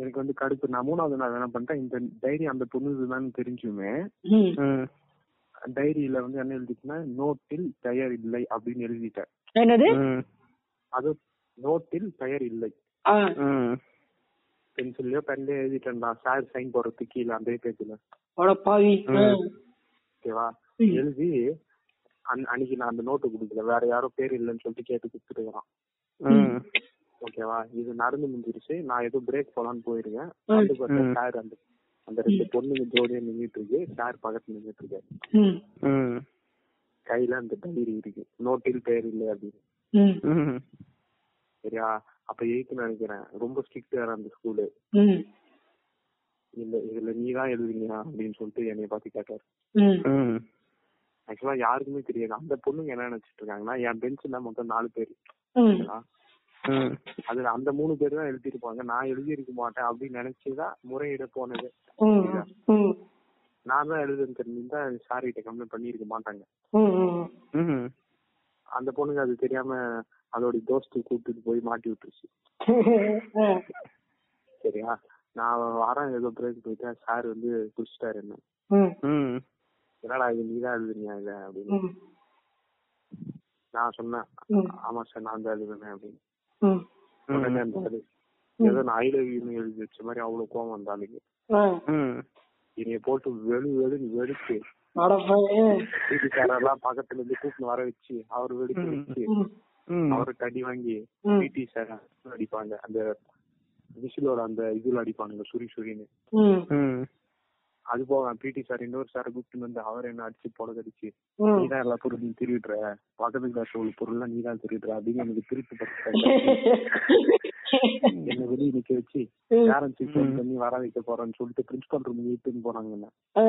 A: எனக்கு வந்து கடுப்பு நான் மூணாவது நாள் என்ன பண்ணிட்டேன் இந்த டைரி அந்த பொண்ணு தான் தெரிஞ்சுமே
C: ம்
B: ம்
A: டைரியில வந்து என்ன எழுதிட்டுனா நோட்டில் தயார் இல்லை அப்படின்னு எழுதிட்டேன்
C: என்னது
B: ம்
A: அது நோட்டில் தயார் இல்லை
C: ஆ
B: ம்
A: பென்சில்லயோ பென்லயோ எழுதிட்டேன் நான் சார் சைன் போடுறதுக்கு கீழே அந்த பேஜ்ல
C: அட பாவி ஆ.
A: ஓகேவா
C: ம்.
A: எழுதி அன்- அன்னைக்கு நான் அந்த நோட்டு கொடுக்கல வேற யாரோ பேர் இல்லைன்னு சொல்லிட்டு கேட்டு கொடுத்துட்டு இருக்கிறான்
B: ம்
A: ஓகேவா இது நடந்து முடிஞ்சிருச்சு நான் ஏதோ பிரேக் போலான்னு போயிருக்கேன்
C: ம்.
A: அந்த பக்கம்
B: ம்.
A: சார் அந்த அந்த ரெண்டு பொண்ணுங்க ஜோடியா நின்னுட்டு இருக்கு சார் பக்கத்துல நின்னுட்டு இருக்கு
C: ம்
B: ம்
A: கையில அந்த டைரி இருக்கு நோட்டில் பேர் இல்லை அப்படின்னு
C: ம்
B: ம்
A: சரியா அப்ப எயித்து நினைக்கிறேன் ரொம்ப ஸ்ட்ரிக்ட் வேற அந்த ஸ்கூலு
C: ம்
A: இல்ல இதுல நீ தான் எழுதுனியா அப்படின்னு சொல்லிட்டு என்னைய பார்த்து கேட்டாரு
C: ம்
B: ம்
A: ஆக்சுவலா யாருக்குமே தெரியாது அந்த பொண்ணுங்க என்ன நினைச்சிட்டு இருக்காங்கன்னா என் பெஞ்சில மொத்தம் நாலு பேர்
C: ம்
A: ஓகேவா?
B: ம்
A: அதுல அந்த மூணு பேர் தான் எழுதிருப்பாங்க நான் எழுதியிருக்க மாட்டேன் அப்படின்னு நினைச்சுதான் முறையிட போனது
C: ம் ம்
A: நான் தான் எழுதுன்னு தெரிஞ்சிருந்தா சார் கிட்ட கம்ப்ளைண்ட் பண்ணியிருக்க மாட்டாங்க
C: ம் ம்
B: ம்
A: அந்த பொண்ணுக்கு அது தெரியாம அதோட தோஸ்து கூட்டிட்டு போய் மாட்டி விட்டுருச்சு
C: ம்.
A: சரியா நான் வாரம் ஏதோ பிரேக் போயிட்டேன் சார் வந்து குடிச்சிட்டாரு என்ன
C: ம்.
B: ம்
A: என்னடா இது நீ தான் எழுதுனியா இத அப்படின்னு
C: ம்.
A: நான் சொன்னேன்
C: ம்.
A: ஆமா சார் நான் தான் எழுதுனேன் அப்படின்னு
C: ம்.
A: உடனே அந்த ஆளு, ஏதோ நான் ஐ லவ் யூன்னு எழுதி வச்ச மாதிரி அவ்வளவு கோவம் வந்தாலுங்க
C: ஆ.
B: ம்
A: என்னைய போட்டு வெளு வெளுன்னு வெளுத்து
C: அட போய்.
A: வீட்டுக்காரெல்லாம் பக்கத்துல இருந்து கூப்பிட்டு வர வச்சு அவர் வெளுத்து வச்சு
C: ம்.
B: ம்
A: அவரு அடி வாங்கி
C: ம்.
A: பிடி சார் அடிப்பாங்க அந்த விசிலோட அந்த இதுல அடிப்பானுங்க சுரி சுரின்னு
C: ம்.
B: ம்
A: அது போக பிடி சார் இன்னொரு சார் கூப்பிட்டு வந்து அவர் என்ன அடிச்சு பொழுதடிச்சு
C: ம்.
A: நீதான் எல்லா பொருளையும் திருடுற பக்கத்து கிளாஸ் உள்ள பொருள்லாம் நீதான் திருடுற அப்படின்னு எனக்கு திருட்டு பக்கத்துல என்ன வெளியே நிக்க வச்சு பேரண்ட்ஸ் ஃபோன் பண்ணி வர வைக்க போறேன்னு சொல்லிட்டு பிரின்சிபல் ரூம் இழுத்துன்னு போனாங்க என்ன.
C: ஆ.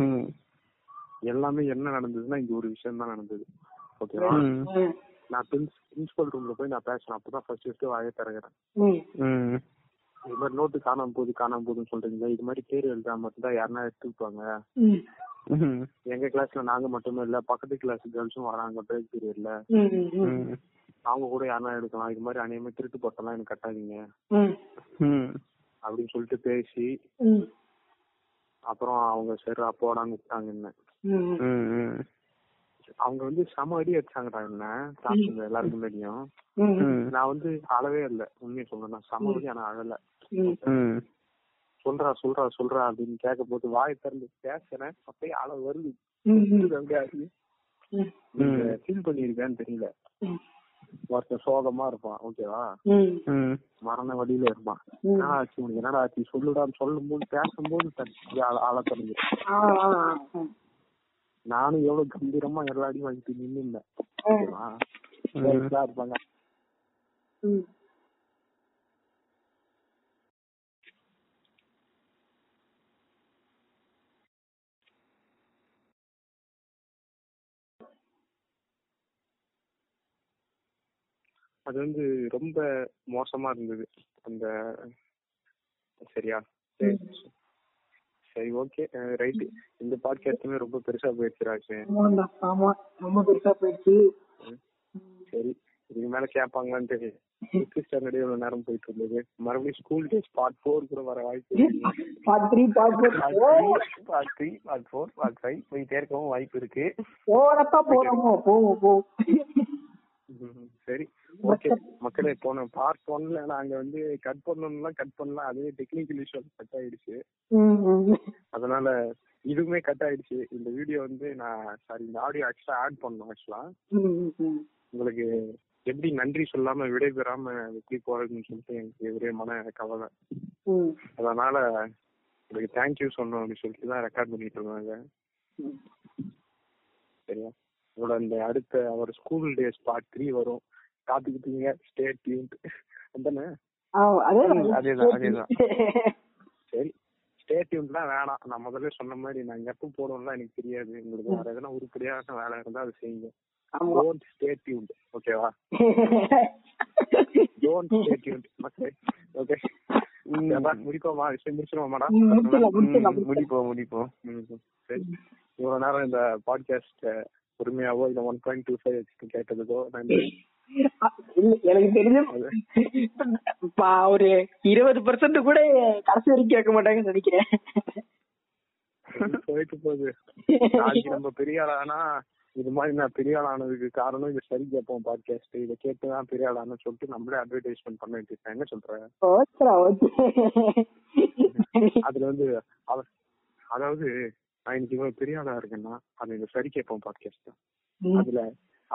B: ம்
A: எல்லாமே என்ன நடந்ததுன்னா இங்க ஒரு விஷயம் தான் நடந்தது ஓகேவா
B: ம்
C: ம்.
A: நான் பிரின்சிபல் ரூம்ல போய் நான் பேசுறேன் அப்பதான் ஃபர்ஸ்ட் ஃபர்ஸ்ட் வாயை திறகுறேன்
C: ம்.
B: ம்
A: இது மாதிரி நோட்டு காணாம போகுது காணாம போகுதுன்னு சொல்றீங்க இது மாதிரி பேர் எழுதாம மட்டும்தான் யாருன்னா எடுத்துப்பாங்க
C: ம்.
B: ம்
A: எங்க கிளாஸ்ல நாங்க மட்டுமே இல்ல பக்கத்து கிளாஸ் கேர்ள்ஸும் வராங்க பிரேக் பீரியட்ல
C: ம். ம்.
B: ம்
A: அவங்க கூட யாருன்னா எடுக்கலாம் இது மாதிரி அநேகமா திருட்டு பட்டெல்லாம் எனக்கு கட்டாதீங்க
C: ம்.
B: ம்
A: அப்படின்னு சொல்லிட்டு பேசி
C: ம்.
A: அப்புறம் அவங்க சரி போடான்னு விட்டாங்க என்ன
C: ம்.
B: ம்
A: அவங்க வந்து சம அடி அடிச்சாங்கடா என்ன கிளாஸ்ல எல்லாருக்கும் முன்னாடியும்
C: ம்.
B: ம்
A: நான் வந்து அழவே இல்ல உண்மையை சொல்லணும்னா சம அடி ஆனா அழல
C: ம்.
B: ம்
A: சொல்றா சொல்றா சொல்றா அப்படின்னு கேட்க போது வாய் திறந்து பேசுறேன் அப்படியே அழ வருது
C: ம். ம்.
A: ஃபீல் பண்ணிருக்கான்னு தெரியல
C: ம்.
A: ஒருத்தன் சோகமா இருப்பான் ஓகேவா
C: ம்.
B: ம்
A: மரண வழியில இருப்பான்
C: ம்.
A: என்னடா ஆச்சு உனக்கு என்னடா ஆச்சு சொல்லுடான்னு சொல்லும்போது பேசும்போது தட்டி ஆள ஆள தொடங்கி
C: ஆ, ஆ, ஆ.
A: நானும் எவ்வளவு கம்பீரமா எல்லா அடியும் வாங்கிட்டு நின்னு இருந்தேன் ஓகேவா
B: ம்
A: இதா இருப்பாங்க
C: ம்.
A: அது வந்து ரொம்ப மோசமா இருந்தது அந்த சரியா சரி. சரி ஓகே ரைட் இந்த பாட்காஸ்டுமே ரொம்ப பெருசா போயிடுச்சு ராஜு
C: ஆமாண்டா, ஆமா ரொம்ப பெருசா போயிடுச்சு
A: சரி இதுக்கு மேல கேட்பாங்களான்னு தெரியும் ஃபிஃப்த் ஸ்டாண்டர்டே இவ்வளவு நேரம் போயிட்டு இருந்தது மறுபடியும் ஸ்கூல் டேஸ் பார்ட் ஃபோர் கூட வர வாய்ப்பு இருக்கு.
C: Part three part four
B: part three part four part five போய் தேர்க்கவும் வாய்ப்பு இருக்கு
C: ஓரத்தா போறோமோ போவோம் போ
A: ம், சரி ஓகே மக்களே போன பார்ட் ஒன்ல நாங்க வந்து கட் பண்ணணும்லாம் கட் பண்ணலாம் அதுவே டெக்னிக்கல் இஷ்யூ கட் ஆயிடுச்சு
C: ம், ம்.
A: அதனால இதுவுமே கட் ஆயிடுச்சு இந்த வீடியோ வந்து நான் சாரி இந்த ஆடியோ எக்ஸ்ட்ரா ஆட் பண்ணோம் ஆக்சுவலா
C: ம், ம், ம்.
A: உங்களுக்கு எப்படி நன்றி சொல்லாம விடைபெறாம எப்படி போறதுன்னு சொல்லிட்டு எனக்கு ஒரே மன கவலை
C: ம்.
A: அதனால உங்களுக்கு தேங்க்யூ சொன்னோம் அப்படின்னு சொல்லிட்டு தான் ரெக்கார்ட் பண்ணிட்டு இருந்தாங்க
C: ம்.
A: சரியா இதோட இந்த அடுத்த அவர் ஸ்கூல் டேஸ் பார்ட் த்ரீ வரும் காத்துக்கிட்டீங்க ஸ்டே டியூன் அதானே
C: ஆ, அதேதான்
B: ம், அதேதான், அதேதான்.
A: சரி ஸ்டே டியூன்லாம் வேணாம் நான் முதல்ல சொன்ன மாதிரி நாங்க எப்போ போடுவோம்லாம் எனக்கு தெரியாது உங்களுக்கு வேற எதனா உருப்படியான வேலை இருந்தா அதை செய்யுங்க
C: ஆமா.
A: டோன்ட் ஸ்டே டியூன் ஓகேவா don't stay tune okay okay
B: ம்.
A: முடிப்போமா விஷயம் முடிச்சிருவோமாடா
C: ம், [laughs] முடிச்சிடலாம், முடிச்சிடலாம், முடிச்சிடலாம்.
B: ம், முடிப்போம் முடிப்போம்
A: ம், சரி இவ்வளவு நேரம் இந்த பாட்காஸ்ட் பொறுமையாவோ இல்ல ஒன் பாயிண்ட் டூ ஃபைவ் வச்சுட்டு கேட்டதுக்கோ நன்றி
C: ஆ, இல்ல, எனக்கு தெரிஞ்சு பா, ஒரு இருபது பர்சன்ட் கூட கடைசி வரைக்கும் கேட்க மாட்டாங்கன்னு நினைக்கிறேன்
A: போயிட்டு போகுது நாளைக்கு நம்ம பெரிய ஆள் ஆனா இது மாதிரி நான் பெரிய ஆள் ஆனதுக்கு காரணம் இது சரி கேட்போம் பாட்காஸ்ட் இதை கேட்டு தான் பெரிய ஆள் ஆனு சொல்லிட்டு நம்மளே அட்வர்டைஸ்மெண்ட் பண்ண வேண்டியது என்ன சொல்றேன்
C: ஓகேடா, ஓகே
A: அதுல வந்து அவ- அதாவது நான் இன்னைக்கு இவ்வளவு பெரிய ஆளா இருக்கேன்னா அது இந்த சரி கேட்போம் பாட்காஸ்ட் தான்
C: ம்.
A: அதுல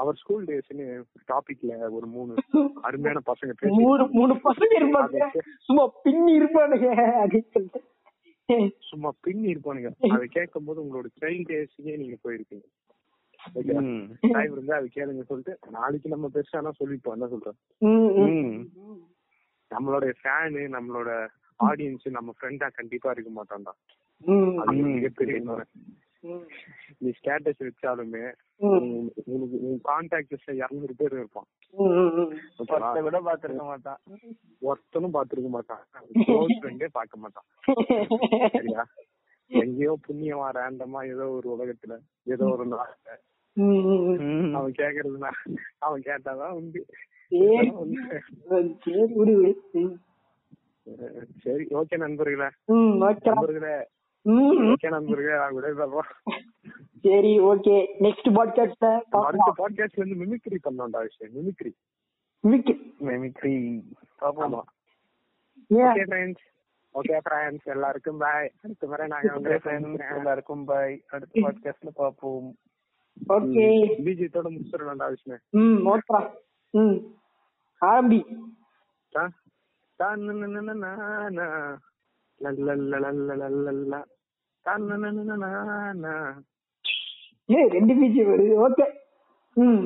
A: அவர் ஸ்கூல் டேஸ்ன்னு டாபிக்ல ஒரு மூணு அருமையான பசங்க பேசி
C: மூணு மூணு பசங்க இருப்பாங்க சும்மா பின்னி இருப்பானுங்க அப்படின்னு சொல்லிட்டு
A: சும்மா பின்னி இருப்பானுங்க
B: [laughs]
A: அதை கேட்கும் போது உங்களோட சைல்ட் டேஸ்க்கே நீங்க போயிருக்கீங்க ஓகேவா?
B: ம்.
A: டைம் இருந்தா அது கேளுங்க சொல்லிட்டு நாளைக்கு நம்ம பெருசானா சொல்லிப்போம் என்ன சொல்றோம்
C: ம், ம்.
B: ம்.
A: நம்மளோட ஃபேனு நம்மளோட ஆடியன்ஸ் நம்ம ஃப்ரெண்டா கண்டிப்பா இருக்க மாட்டோம்டா
C: ம்.
A: அது
B: ம்.
A: மிகப்பெரிய உண்மை.
C: ம்.
A: நீ ஸ்டேட்டஸ் வச்சாலுமே
C: ம்.
A: உன்- உனக்கு உன் கான்டாக்ட் லிஸ்ட்ல இரநூறு பேர் இருப்பான்
C: ம், ம், ம்.
B: பத்த
A: ஓகேவா?
B: கூட பாத்துருக்க மாட்டான்
A: ஒருத்தனும் பாத்துருக்க
B: [laughs]
A: மாட்டான் க்ளோஸ் ஃப்ரெண்டே பார்க்க மாட்டான் சரியா எங்கேயோ புண்ணியமா ரேண்டமா ஏதோ ஒரு உலகத்துல ஏதோ ஒரு நாள்ல
C: ம், ம், ம்.
B: ம்.
A: அவன் கேக்குறதுனா அவன் கேட்டாதான் உண்டு
C: சரி
A: இல்லைன்னா ஒண்ணு.
C: சரி விடு விடு. ம்.
A: அஹ் சரி ஓகே நண்பர்களே
C: ம் ஓகேடா.
A: நண்பர்களே
C: ம் ம்.
A: ஓகே நண்பர்களே நான் விட சொல்றோம்
C: சரி ஓகே நெக்ஸ்ட் பாட்காஸ்ட்ல
A: அடுத்த
C: பாக்கலாம்
A: பாட்காஸ்ட்ல இருந்து மிமிக்ரி பண்ணோம்டா விஷயம் மிமிக்ரி
C: மிக்க
B: Mimicry. பாப்போம்
A: ஆமா
C: ஏன்
A: ஓகே ஃப்ரெண்ட்ஸ் ஓகே ஃப்ரெண்ட்ஸ் எல்லாருக்கும் பாய் அடுத்த முறை நாங்க
B: Okay,
A: வந்து
B: friends, எல்லாருக்கும் பாய் அடுத்த பாட்காஸ்ட்ல பாப்போம்
C: ஓகே
A: பிஜித்தோட முடிச்சிடலாம்டா விஷ்ணு
C: ம் ஓகேடா ம் ஆரம்பி
A: தா தா நா நா நா நா நா லல்லல்லல்லல்லல்லல்லா. தா நா நா நா நா நா.
C: ஏய் ரெண்டு பீச்சு வருது ஓகே ம்